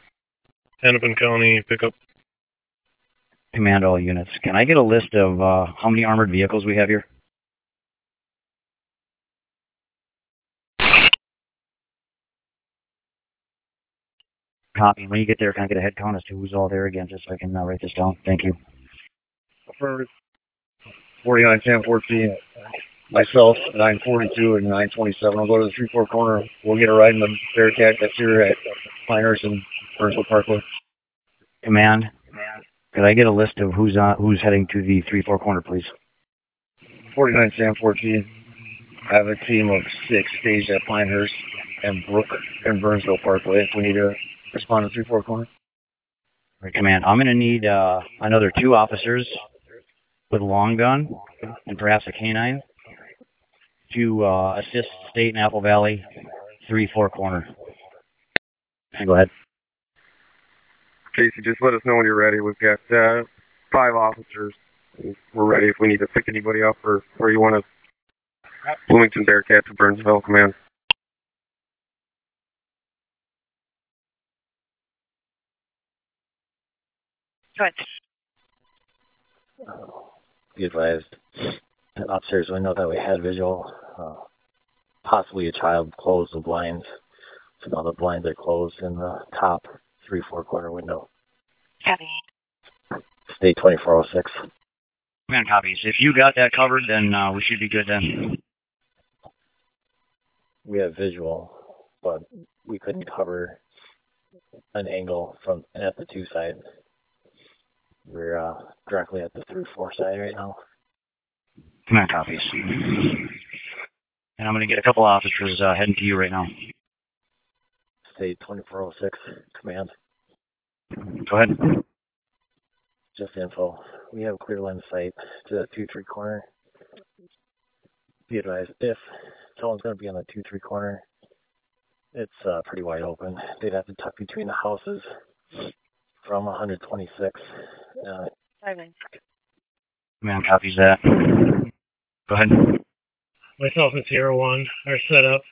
S31: Hennepin County pickup.
S11: Command all units. Can I get a list of uh, how many armored vehicles we have here? Copy. When you get there, can I get a head count as to who's all there again, just so I can uh, write this down? Thank you.
S32: Affirmative.
S1: 49, 10, 14, myself, 942 and 927. I'll go to the 3 4 corner. We'll get a ride in the Bearcat that's here at Pinehurst and Burnsville Parkway.
S11: Command. Could I get a list of who's on, who's heading to the three four corner, please?
S1: 49, 10, 14. I have a team of six staged at Pinehurst and Brook and Burnsville Parkway. If we need to respond to 3 4 corner,
S11: Right, Command. I'm going to need uh, another two officers with a long gun and perhaps a canine to uh, assist State and Apple Valley three four corner. And go ahead.
S4: Casey, just let us know when you're ready. We've got uh, five officers. We're ready if we need to pick anybody up or where you want to. Bloomington Bearcat to Burnsville Command.
S33: Good.
S17: be advised. An upstairs window that we had visual, uh, possibly a child closed the blinds. So now the blinds are closed in the top three, four corner window.
S33: Copy.
S17: State 2406.
S11: Command copies. If you got that covered, then uh, we should be good then.
S17: We have visual, but we couldn't cover an angle from at the two side. We're uh, directly at the three, four side right now.
S11: Command copies. And I'm going to get a couple officers uh, heading to you right now.
S17: State 2406 command.
S11: Go ahead.
S17: Just info. We have clear line of sight to the two three corner. Be advised if someone's going to be on the two three corner, it's uh, pretty wide open. They'd have to tuck between the houses from 126. Uh,
S11: Command copies that. Go ahead.
S3: Myself and Sierra 1 are set up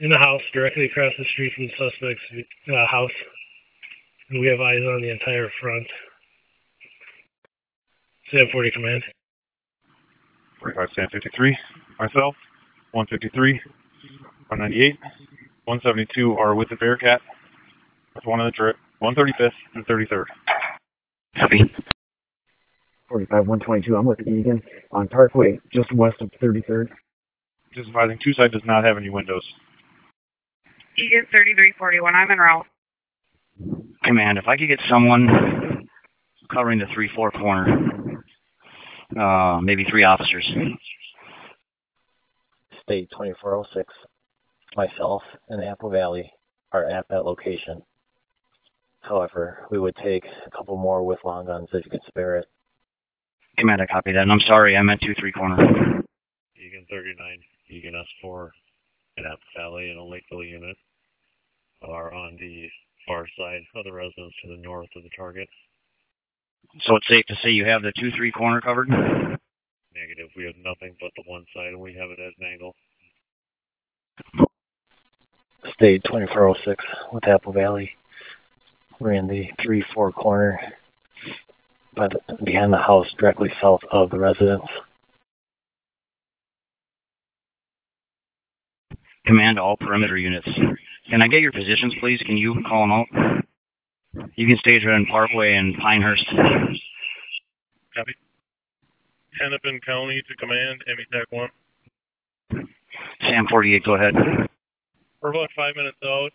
S3: in the house directly across the street from the suspect's uh, house. And we have eyes on the entire front. Sam 40 command.
S30: 45, Sam 53. Myself, 153, 198, 172 are with the Bearcat. That's one of the dri- 135th and 33rd.
S11: Copy.
S9: 45, 122. I'm with Egan on Parkway, just west of 33rd.
S30: Just advising, two side does not have any windows.
S13: Egan 3341, I'm en route.
S11: Command, if I could get someone covering the three four corner, uh, maybe three officers.
S17: State 2406. Myself and Apple Valley are at that location. However, we would take a couple more with long guns if you could spare it.
S11: Command, I copy that. And I'm sorry, I meant two three corner.
S34: Egan 39, Egan S4, and App Valley and a Lakeville unit are on the
S35: far side of the residence to the north of the target.
S11: So it's safe to say you have the two three corner covered.
S35: Negative. We have nothing but the one side, and we have it at an angle.
S17: State 2406 with Apple Valley. We're in the 3 4 corner by the, behind the house directly south of the residence.
S11: Command to all perimeter units. Can I get your positions, please? Can you call them out? You can stage right in Parkway and Pinehurst.
S8: Copy. Hennepin County to command, Tech 1.
S11: Sam 48, go ahead.
S8: We're about five minutes out.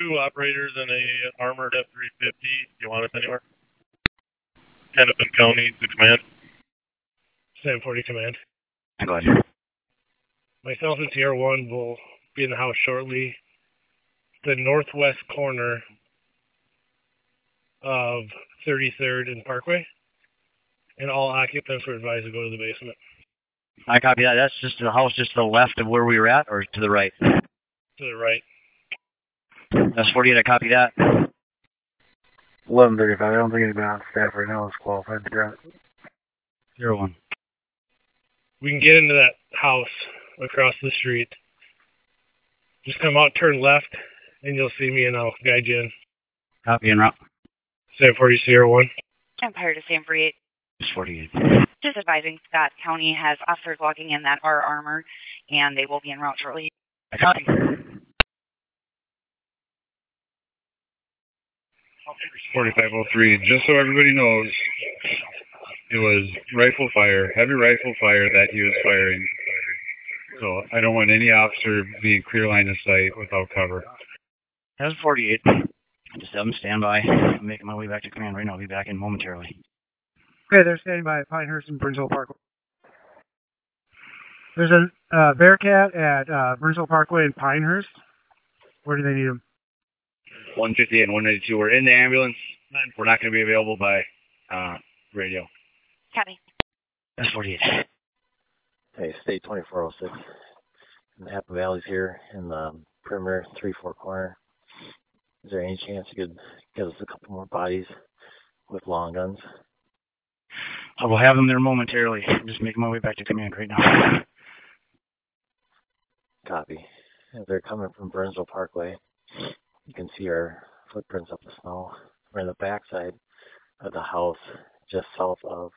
S8: Two operators and a armored F-350. Do you want us anywhere? Hennepin County to command.
S3: Sam 40 command.
S11: Go ahead.
S3: Myself and Sierra 1 will be in the house shortly. The northwest corner of 33rd and Parkway. And all occupants were advised to go to the basement.
S11: I copy that. That's just the house just to the left of where we were at, or to the right.
S3: To the right.
S11: That's 48. I copy that.
S17: 1135, I don't think anybody on staff right now is qualified to drive.
S11: Zero one.
S3: We can get into that house across the street. Just come out, turn left, and you'll see me, and I'll guide you in.
S11: Copy and route.
S3: Sam 40 Sierra 1.
S13: Empire to Sam 48.
S11: It's 48.
S13: Just advising Scott County has officers walking in that are armored, and they will be en route shortly.
S11: I copy.
S6: Forty-five oh three. Just so everybody knows, it was rifle fire, heavy rifle fire that he was firing. So I don't want any officer being clear line of sight without cover.
S11: That's 48. Just have them stand by. I'm making my way back to command right now. I'll be back in momentarily.
S9: Okay, they're standing by at Pinehurst and Burnsville Parkway. There's a uh, Bearcat at uh, Burnsville Parkway and Pinehurst. Where do they need him?
S15: 150 and 192 We're in the ambulance. We're not going to be available by uh, radio.
S13: Copy.
S11: That's 48.
S17: Hey, State 2406. And Happy Valley's here in the perimeter 3 4 corner. Is there any chance you could get us a couple more bodies with long guns?
S11: I will have them there momentarily. I'm just making my way back to command right now.
S17: Copy. If they're coming from Burnsville Parkway, you can see our footprints up the snow. We're in the backside of the house just south of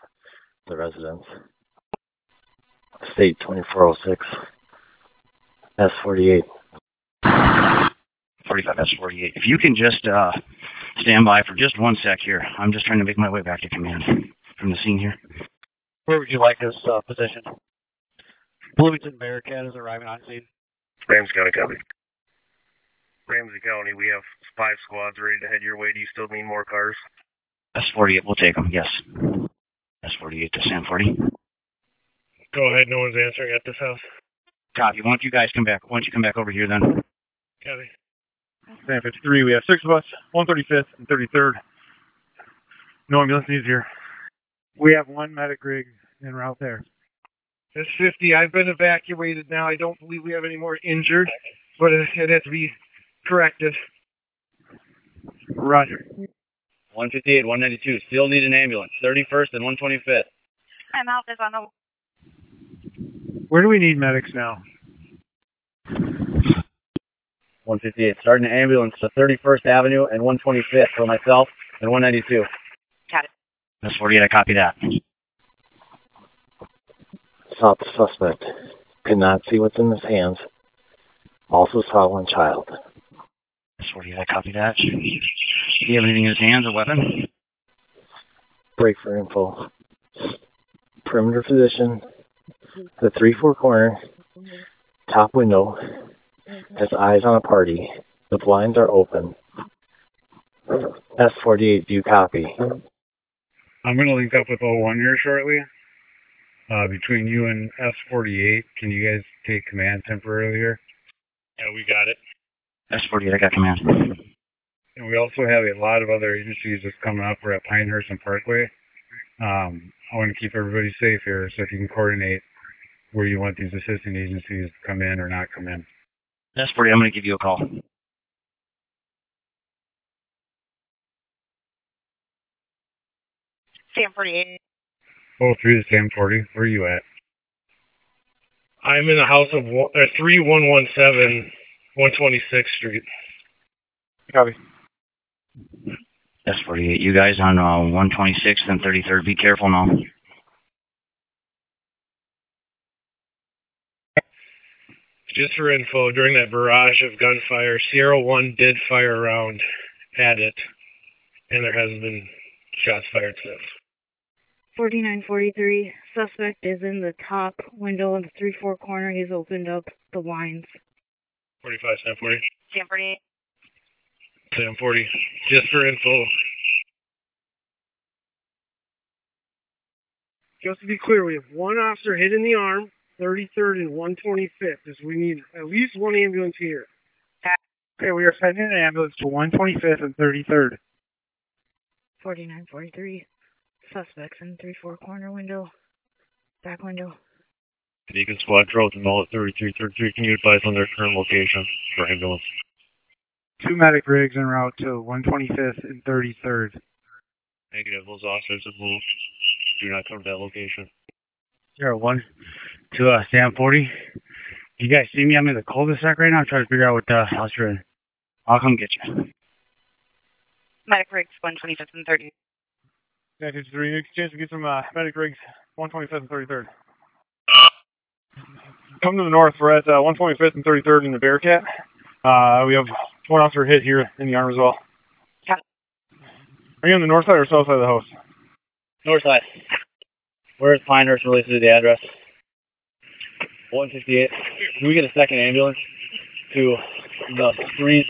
S17: the residence. State 2406, S48.
S11: 45 S48. If you can just uh, stand by for just one sec here. I'm just trying to make my way back to command from the scene here.
S5: Where would you like us uh, positioned? Bloomington Barricade is arriving on scene.
S6: Rams County copy. Ramsey County, we have five squads ready to head your way. Do you still need more cars?
S11: S48, we'll take them, yes. S48 to Sam 40.
S3: Go ahead. No one's answering at this house.
S11: Copy. Why don't you guys come back? Why don't you come back over here then?
S3: Copy.
S1: Sam 53, we have six of us, 135th and 33rd. No ambulance needs here.
S9: We have one medic rig en route there.
S3: It's 50. I've been evacuated now. I don't believe we have any more injured, but it it has to be corrected.
S9: Roger.
S15: 158, 192. Still need an ambulance. 31st and 125th.
S13: I'm out is on the
S9: Where do we need medics now?
S15: 158. Starting an ambulance to 31st Avenue and 125th for myself and 192.
S13: Got it.
S11: That's 48, I copy that.
S17: Saw the suspect. Could not see what's in his hands. Also saw one child.
S11: That's 48, I copy that. Do you have anything in his hands, a weapon?
S17: Break for info. Perimeter position. The 3 4 corner. Top window. Has eyes on a party. The blinds are open. S48, do you copy?
S6: I'm going to link up with O1 here shortly. Uh, between you and S48, can you guys take command temporarily here?
S35: Yeah, we got it.
S11: S48, I got command.
S6: And we also have a lot of other agencies that's coming up. We're at Pinehurst and Parkway. Um, I want to keep everybody safe here, so if you can coordinate where you want these assisting agencies to come in or not come in.
S11: S48, I'm going to give you a call.
S13: Sam 48.
S6: Oh, through the Sam 40. Where are you at?
S3: I'm in the house of one, or 3117 126th Street.
S4: Copy.
S11: S48, you guys on uh, 126th and 33rd, be careful now.
S3: Just for info, during that barrage of gunfire, Sierra 1 did fire a round at it, and there hasn't been shots fired since.
S2: 4943, suspect is in the top window of the 3-4 corner. He's opened up the blinds.
S3: 45 Sam 40.
S13: Sam 48.
S3: Sam 40. Just for info,
S36: Just to be clear, we have one officer hit in the arm, 33rd and 125th, as we need at least one ambulance here.
S9: Okay, we are sending an ambulance to 125th and 33rd.
S2: 4943, suspects in the 3-4 corner window, back window.
S15: Beacon Squad Charles and all at 3333, can you advise on their current location for ambulance?
S9: Two medic rigs en route to 125th and 33rd.
S15: Negative, those officers have moved. Do not come to that location.
S26: Zero one to uh, Sam forty. You guys see me? I'm in the cul-de-sac right now. I'm trying to figure out what the house you're in. I'll come get you.
S13: Medic rigs 125th and 30.
S4: 953, exchange to get some uh, medic rigs, 125th and 33rd. Come to the north, we're at uh, 125th and 33rd in the Bearcat. Uh, we have one officer hit here in the arm as well.
S13: Yeah.
S4: Are you on the north side or south side of the house?
S15: North side.
S5: Where is Pinehurst related to the address? 158. Can we get a second ambulance to the street?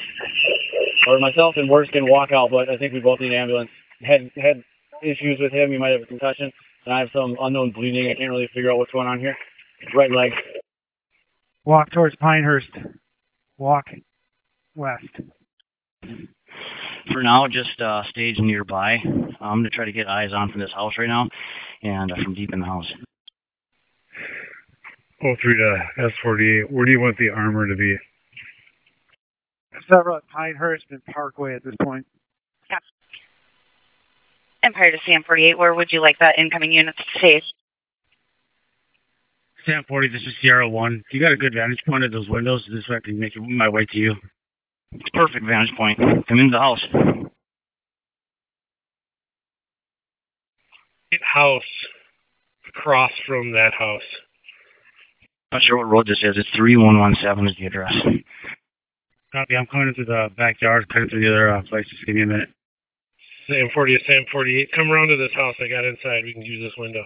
S5: Or myself and Worst can walk out, but I think we both need an ambulance. Had had issues with him. He might have a concussion, and I have some unknown bleeding. I can't really figure out what's going on here. Right leg.
S9: Walk towards Pinehurst. Walk west.
S11: For now, just uh, stage nearby. I'm going to try to get eyes on from this house right now and uh, from deep in the house.
S6: Oh, through to S48. Where do you want the armor to be?
S9: Several at Pinehurst and Parkway at this point.
S13: Empire to Sam 48. Where would you like that incoming unit to stay?
S26: Sam forty, this is Sierra one. You got a good vantage point of those windows. This way I can make my way to you.
S11: It's perfect vantage point. Come into the house.
S3: house across from that house.
S11: Not sure what road this is. It's 3117 is the address.
S26: Copy. I'm coming into the backyard, coming through the other uh, place. Just give me a minute.
S3: Sam 40 Sam 48. Come around to this house. I got inside. We can use this window.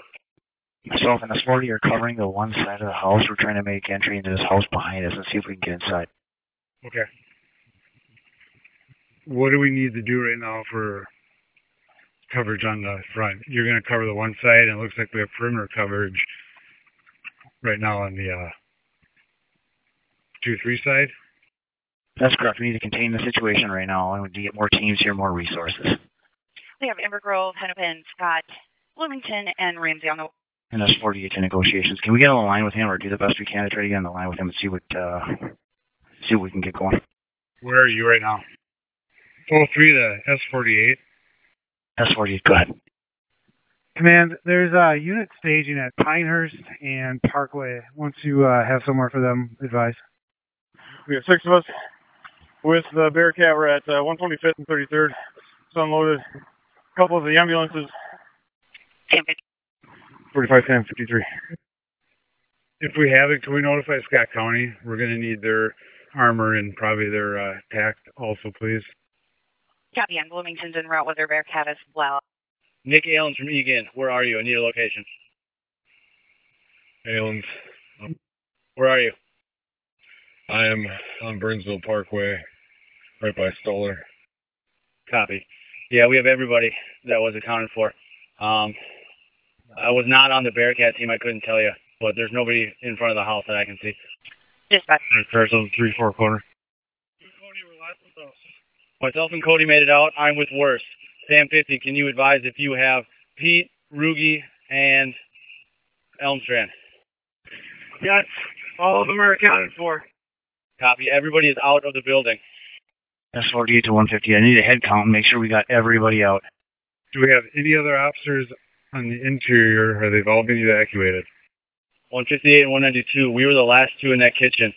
S11: Myself and this 40 are covering the one side of the house. We're trying to make entry into this house behind us and see if we can get inside.
S3: Okay.
S6: What do we need to do right now for coverage on the front? You're going to cover the one side, and it looks like we have perimeter coverage right now on the uh, 2 3 side.
S11: That's correct. We need to contain the situation right now, and we need to get more teams here, more resources.
S13: We have Embergrove, Hennepin, Scott, Bloomington, and Ramsey on the
S11: And that's 48 to negotiations. Can we get on the line with him or do the best we can to try to get on the line with him and see what uh, see what we can get going?
S6: Where are you right now? Oh, three to S48.
S11: S48, go ahead.
S9: Command, there's a uh, unit staging at Pinehurst and Parkway. Once you uh, have somewhere for them, advise.
S4: We have six of us. With the Bearcat, we're at uh, 125th and 33rd. It's unloaded. A couple of the ambulances.
S1: 45 Sam 53.
S6: If we haven't, can we notify Scott County? We're going to need their armor and probably their uh, tact also, please.
S13: Copy on Bloomington's en route with their Bearcat as well.
S5: Nick Allen from Egan, where are you? I need a location.
S1: Allen's.
S5: Where are you?
S1: I am on Burnsville Parkway, right by Stoller.
S5: Copy. Yeah, we have everybody that was accounted for. Um, I was not on the Bearcat team. I couldn't tell you, but there's nobody in front of the house that I can see.
S13: Dispatch.
S15: Cars on the 3 4 corner.
S5: Myself and Cody made it out. I'm with worse. Sam 50, can you advise if you have Pete, Rugi, and Elmstrand?
S36: Yes, all of them are accounted for.
S5: Copy. Everybody is out of the building.
S11: S48 to 150. I need a head count and make sure we got everybody out.
S6: Do we have any other officers on the interior? Or they've all been evacuated?
S5: 158 and 192. We were the last two in that kitchen.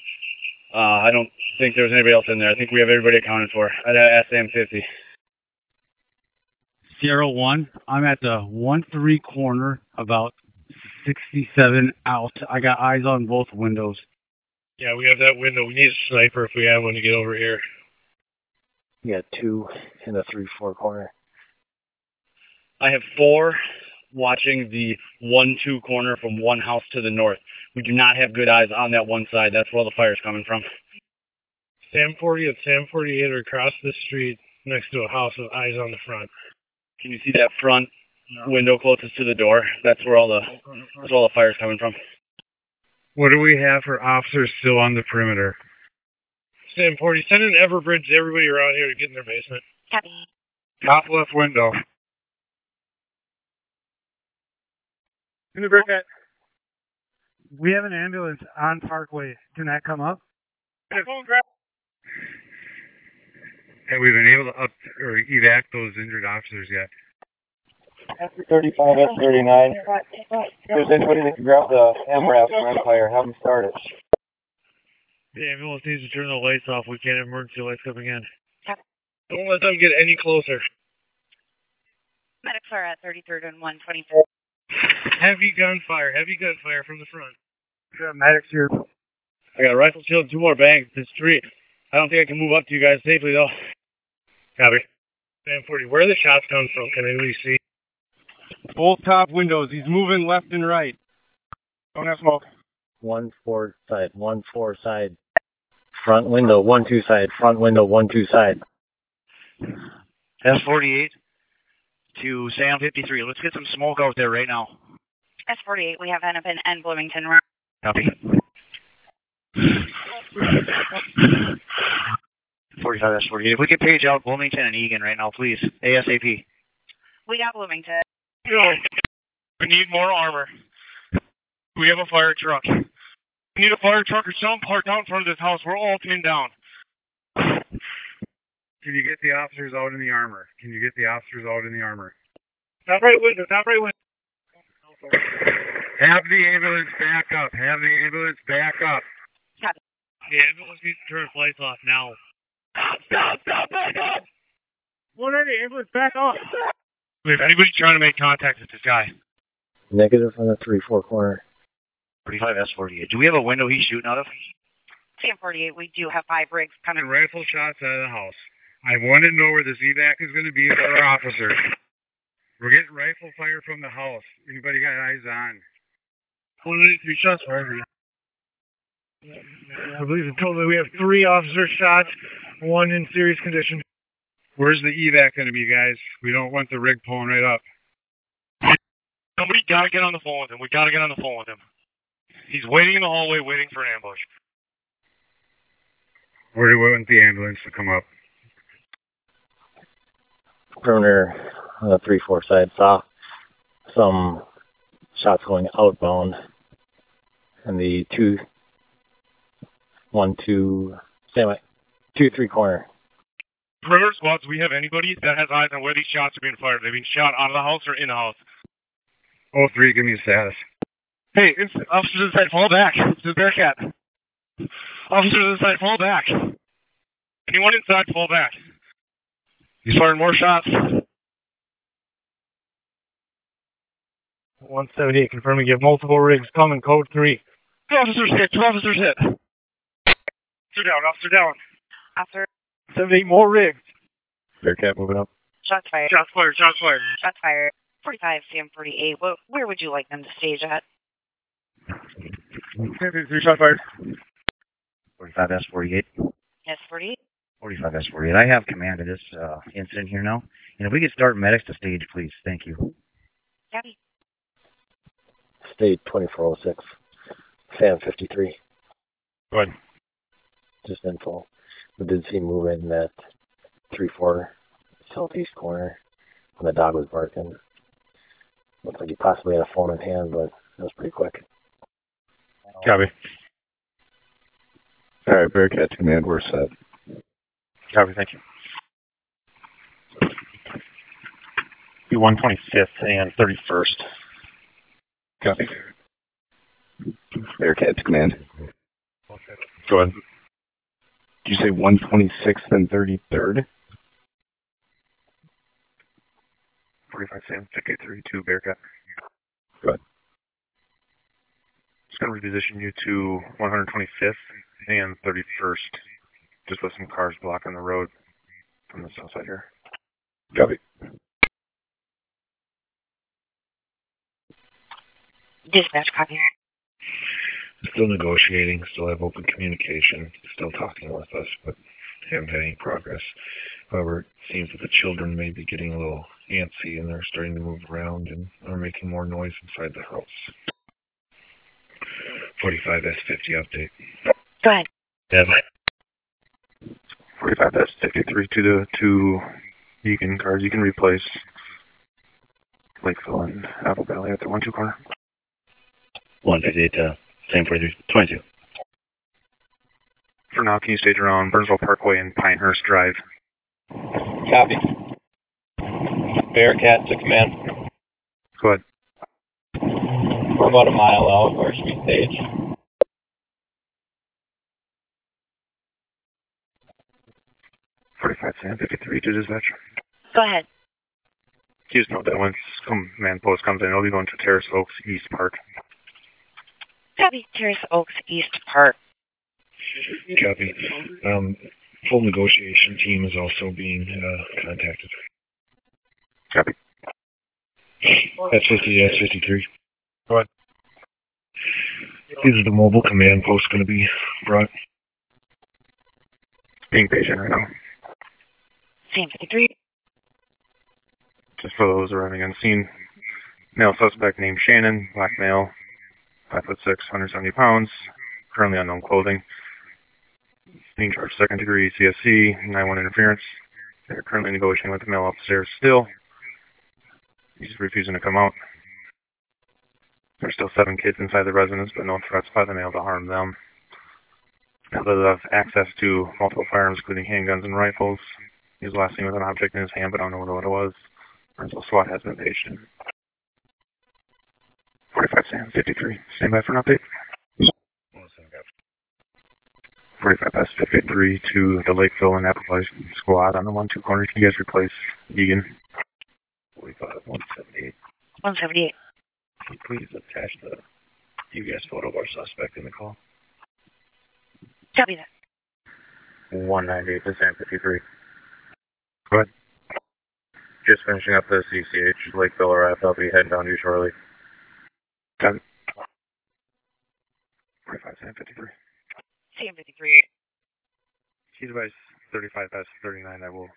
S5: Uh, I don't think there was anybody else in there. I think we have everybody accounted for. I'd ask Sam 50.
S26: Sierra One. I'm at the one three corner, about sixty-seven out. I got eyes on both windows.
S3: Yeah, we have that window. We need a sniper if we have one to get over here.
S17: You got two in the three four corner.
S5: I have four watching the one two corner from one house to the north. We do not have good eyes on that one side. That's where all the fire's coming from.
S3: Sam 40 and Sam 48 are across the street next to a house with eyes on the front.
S5: Can you see that front window closest to the door? That's where all the that's where all the fire's coming from.
S6: What do we have for officers still on the perimeter?
S3: Sam 40, send an Everbridge to everybody around here to get in their basement.
S6: Top left window.
S9: We have an ambulance on Parkway. Can that come up?
S6: Have we been able to up or evac those injured officers yet?
S17: After 35 S39, there's anybody that can grab the MRAP from Empire, have them start it.
S3: The ambulance needs to turn the lights off. We can't have emergency lights coming in. Don't let them get any closer.
S13: Medics are at 33rd and 125th.
S3: Heavy gunfire, heavy gunfire from the front.
S9: Medics here.
S5: I got a rifle shield, two more bangs. It's three. I don't think I can move up to you guys safely though.
S3: Copy. Sam 40, where are the shots coming from? Can anybody see?
S4: Both top windows. He's moving left and right. Don't have smoke.
S17: One four side, one four side, front window, one two side, front window, one two side.
S11: S48 to Sam 53. Let's get some smoke out there right now.
S13: S48, we have Hennepin and Bloomington. We're
S11: Copy. 45 S48. If we could page out Bloomington and Egan right now, please. ASAP.
S13: We got Bloomington.
S8: No. We need more armor. We have a fire truck. We need a fire truck or some parked out in front of this house. We're all pinned down.
S6: Can you get the officers out in the armor? Can you get the officers out in the armor?
S3: Top right window, top right window.
S6: Have the ambulance back up. Have the ambulance back up.
S3: The ambulance needs to turn its lights off now.
S36: Stop, stop, back up! 180, ambulance, back off!
S3: We have anybody trying to make contact with this guy.
S17: Negative on the three four corner.
S11: 45 S48. Do we have a window he's shooting out of?
S13: Sam 48, we do have five rigs coming.
S6: Rifle shots out of the house. I want to know where this evac is going to be for our officers. We're getting rifle fire from the house. Anybody got eyes on?
S3: 183 shots fired. I believe in total we have three officer shots, one in serious condition.
S6: Where's the evac going to be, guys? We don't want the rig pulling right up.
S8: Somebody gotta get on the phone with him. We gotta get on the phone with him. He's waiting in the hallway, waiting for an ambush.
S6: Where do we want the ambulance to come up?
S17: Perimeter on the three four side. Saw some shots going outbound, and the two one two. Stand by. Two three corner.
S8: Perimeter squads, we have anybody that has eyes on where these shots are being fired. They're being shot out of the house or in the house.
S6: Oh three, give me a status.
S8: Hey, it's officer to the side, fall back. It's a Bearcat. Officer to the side, fall back. Anyone inside, fall back. He's firing more shots.
S3: 178, confirming you have multiple rigs coming, code 3.
S8: Two officers hit, two officers hit. Officer down, officer down.
S13: Officer,
S3: 78 more rigs.
S4: Bearcat moving up.
S13: shots fired.
S3: Shots fired, shots fired.
S13: Shots fired. 45, Sam 48, wh- where would you like them to stage at?
S4: 53 shot fired.
S11: 45 S48.
S13: S48?
S11: 45 S48. I have command of this uh, incident here now. And if we could start medics to stage, please. Thank you.
S13: Copy.
S17: State 2406. Sam 53.
S1: Go ahead.
S17: Just info. We did see movement in that 3 4 southeast corner when the dog was barking. Looks like he possibly had a phone in hand, but that was pretty quick.
S1: Copy.
S4: All right, Bearcat command, we're set.
S1: Copy. Thank you. be 125th and 31st. Copy.
S7: Bearcat to command.
S1: Go ahead.
S7: Did you say 126th and 33rd?
S1: 45 Sam, 53 2 Bearcat.
S7: Go ahead.
S1: Just going to reposition you to 125th and 31st. Just with some cars blocking the road from the south side here.
S7: Copy.
S13: Dispatch copy.
S15: Still negotiating, still have open communication, still talking with us, but haven't had any progress. However, it seems that the children may be getting a little antsy and they're starting to move around and are making more noise inside the house. 45 S50 update.
S13: Go ahead.
S15: Yes.
S1: 45 that's 53 to the two Beacon cars you can replace. Lakeville and Apple Valley at the 1 2 corner.
S15: 158 uh, same 43, 22.
S1: For now, can you stage around Burnsville Parkway and Pinehurst Drive?
S4: Copy. Bearcat to command.
S1: Go ahead.
S4: We're about a mile out. Where should we stage?
S1: Forty-five Sam, fifty-three to dispatch.
S13: Go ahead.
S1: Just note that once command post comes in, it'll be going to Terrace Oaks East Park.
S13: Copy. Terrace Oaks East Park.
S15: Copy. Um, full negotiation team is also being uh, contacted.
S1: Copy.
S15: S50, S53.
S1: Go ahead.
S15: Is the mobile command post going to be brought?
S1: Being patient right now.
S13: Sam 53.
S1: Just for those arriving on scene. Male suspect named Shannon, black male, five foot six, 170 pounds, currently unknown clothing. Being charged second degree CSC, 9-1 interference. They're currently negotiating with the male upstairs still. He's refusing to come out. There's still seven kids inside the residence, but no threats by the male to harm them. Now that they have access to multiple firearms, including handguns and rifles, he was last seen with an object in his hand, but I don't know what it was. Rental SWAT has been paged in. 45 Sam, 53. Stand by for an update. 45 past 53 to the Lakeville and Appalachia squad on the 1 2 corner. Can you guys replace Egan?
S15: 45, 178.
S13: 178.
S15: Can you please attach the UBS photo of our suspect in the call?
S13: Copy that.
S17: 198 to Sam 53.
S1: Go ahead.
S17: Just finishing up the CCH Lakeville arrived. I'll be heading down to you shortly.
S1: Done. 45 Sam, 53.
S13: Sam 53.
S1: Key device 35 past 39. I will.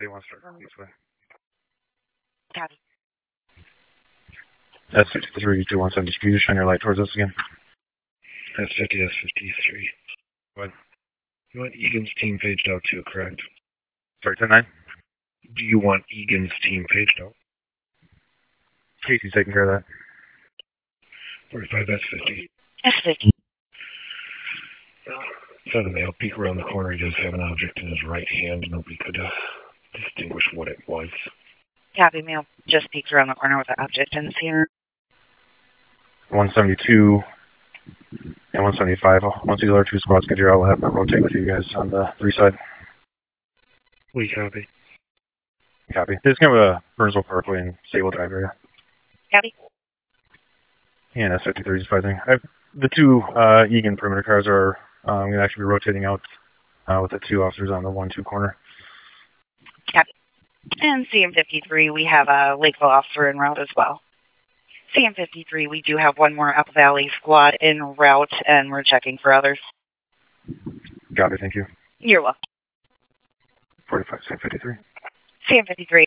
S1: They want to start going this way.
S13: Copy.
S1: That's 53 to 170. Can you shine your light towards us again?
S15: That's 50, that's 53.
S1: What?
S15: You want Egan's team paged out too, correct?
S1: Sorry, 10 9?
S15: Do you want Egan's team paged out?
S1: Casey's taking care of that.
S15: 45, that's 50.
S13: That's 50.
S15: 7 they'll peek around the corner. He does have an object in his right hand. Nobody could uh, distinguish what it was.
S13: Copy mail just peeks around the corner with an object in the center.
S1: 172 and 175. Once these other two squads get here, I'll have them rotate with you guys on the three side.
S9: We copy.
S1: Copy. This is kind of a Burnsville Parkway and Sable Drive area.
S13: Copy.
S1: Yeah, that's 53 is fighting. I, the two uh, Egan perimeter cars are um, going to actually be rotating out uh, with the two officers on the 1-2 corner.
S13: Copy. And CM 53, we have uh, a Lakeville officer en route as well. CM 53, we do have one more Apple Valley squad en route, and we're checking for others.
S1: Copy, thank you.
S13: You're welcome.
S1: 45, 53.
S13: CM 53.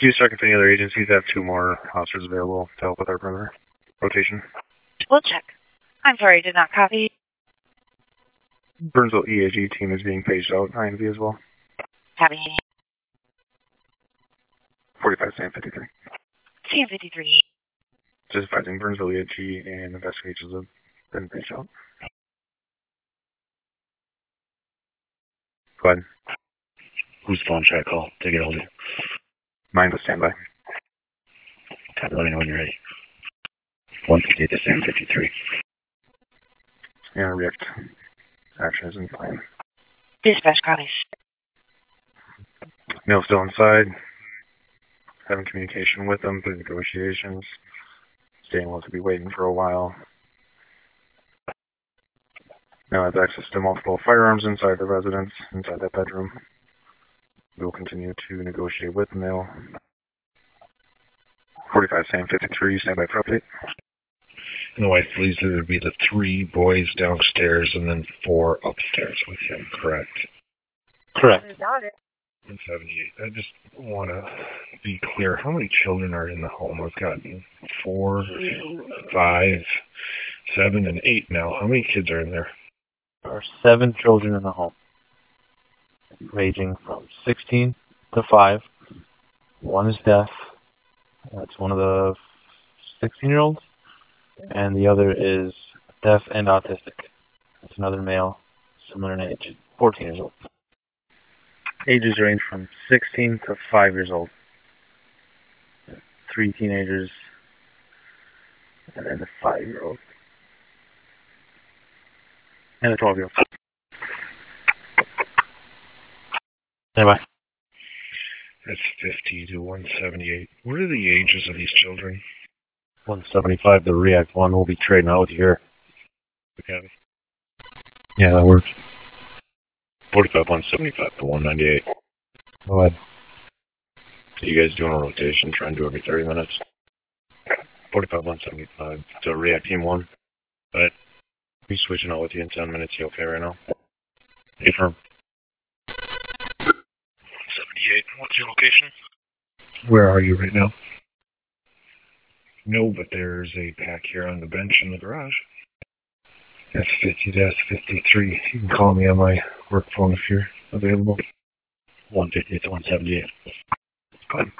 S1: Do you check if any other agencies have two more officers available to help with our perimeter rotation?
S13: We'll check. I'm sorry, I did not copy.
S1: Burnsville EAG team is being paged out, INV as well.
S13: Copy.
S1: 45 Sam 53.
S13: CM 53.
S1: Just advising Burnsville EAG and investigations have been paged out. Go ahead.
S15: Who's phone check call? Take it hold.
S1: Mine was standby.
S10: Todd, let me know when you're ready. 158 to Sam 53.
S1: Yeah, react. Action is in plan.
S13: Dispatch copies.
S1: Neil's still inside. Having communication with them through negotiations. Staying will to be waiting for a while. Now has access to multiple firearms inside the residence, inside that bedroom. We will continue to negotiate with Neil. 45 Sam 53, standby for update.
S15: And the wife believes there would be the three boys downstairs and then four upstairs with him, correct?
S1: Correct.
S28: Got it.
S15: 178. I just want to be clear. How many children are in the home? I've got four, five, seven, and eight now. How many kids are in there?
S5: There are seven children in the home, ranging from 16 to 5. One is deaf. That's one of the 16 year olds. And the other is deaf and autistic. That's another male, similar in age, 14 years old. Ages range from 16 to 5 years old. Three teenagers, and then a 5 year old. And a 12 year old.
S15: Nearby. That's 50 to 178. What are the ages of these children?
S5: 175, the React one will be trading out here.
S15: Okay.
S5: Yeah, that works.
S15: 45, 175 to 198.
S5: Go ahead.
S15: So you guys doing a rotation, trying to do every 30 minutes? 45, 175 to React Team 1. But we switching out with you in 10 minutes. You okay right now? Affirm.
S8: 78. What's your location?
S15: Where are you right now? No, but there's a pack here on the bench in the garage. That's 50 dash 53. You can call me on my work phone if you're available.
S10: 150 to 178. Go ahead.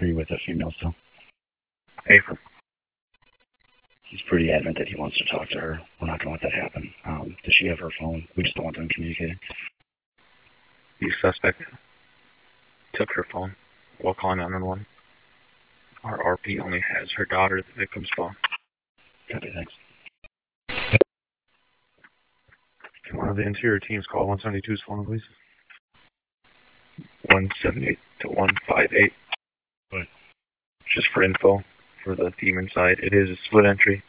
S10: Are you with that female still?
S1: April.
S10: He's pretty adamant that he wants to talk to her. We're not going to let that happen. Um, does she have her phone? We just don't want them communicating.
S1: The suspect took her phone while calling 911. Our RP only has her daughter, the victim's phone.
S10: Copy, thanks.
S1: Can one of the interior teams call 172's phone, please? 178 to 158.
S15: Right.
S1: Just for info, for the team inside, it is a split entry.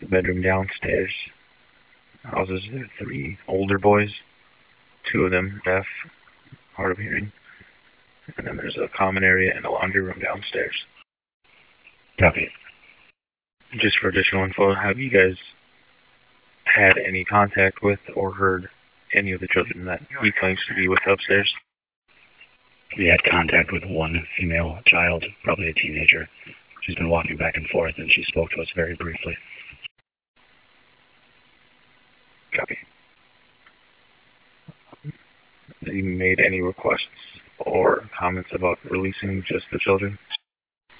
S1: The bedroom downstairs houses the three older boys, two of them deaf, hard of hearing, and then there's a common area and a laundry room downstairs.
S10: Copy.
S1: Just for additional info, have you guys had any contact with or heard any of the children that he claims to be with upstairs?
S10: We had contact with one female child, probably a teenager. She's been walking back and forth, and she spoke to us very briefly.
S1: Copy. Have you made any requests or comments about releasing just the children?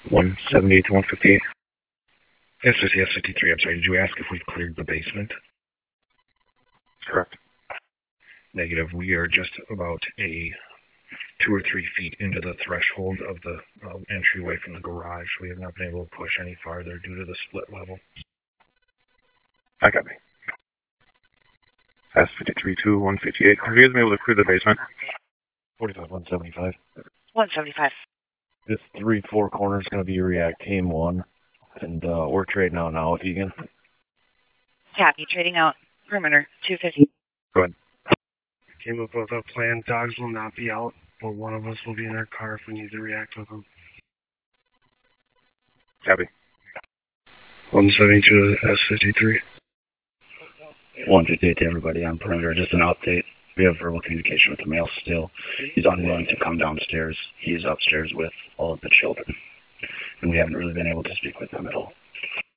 S1: 178 to 158.
S15: Yes, yes, yes, 53. I'm sorry. Did you ask if we've cleared the basement?
S1: Correct.
S15: Negative. We are just about a two or three feet into the threshold of the um, entryway from the garage. We have not been able to push any farther due to the split level.
S1: I got me. S53 to 158. Have you guys been able to clear the basement?
S5: 45, 175.
S13: 175.
S5: This 3 4 corner is going to be React Team 1, and uh, we're trading out now with Egan.
S13: Copy. Trading out. Perimeter 250.
S36: Came up with a plan. Dogs will not be out, but one of us will be in our car if we need to react with them.
S1: Copy.
S15: 172 to S53.
S10: 158 to everybody on perimeter. Just an update. We have verbal communication with the male still. He's unwilling to come downstairs. He is upstairs with all of the children. And we haven't really been able to speak with them at all.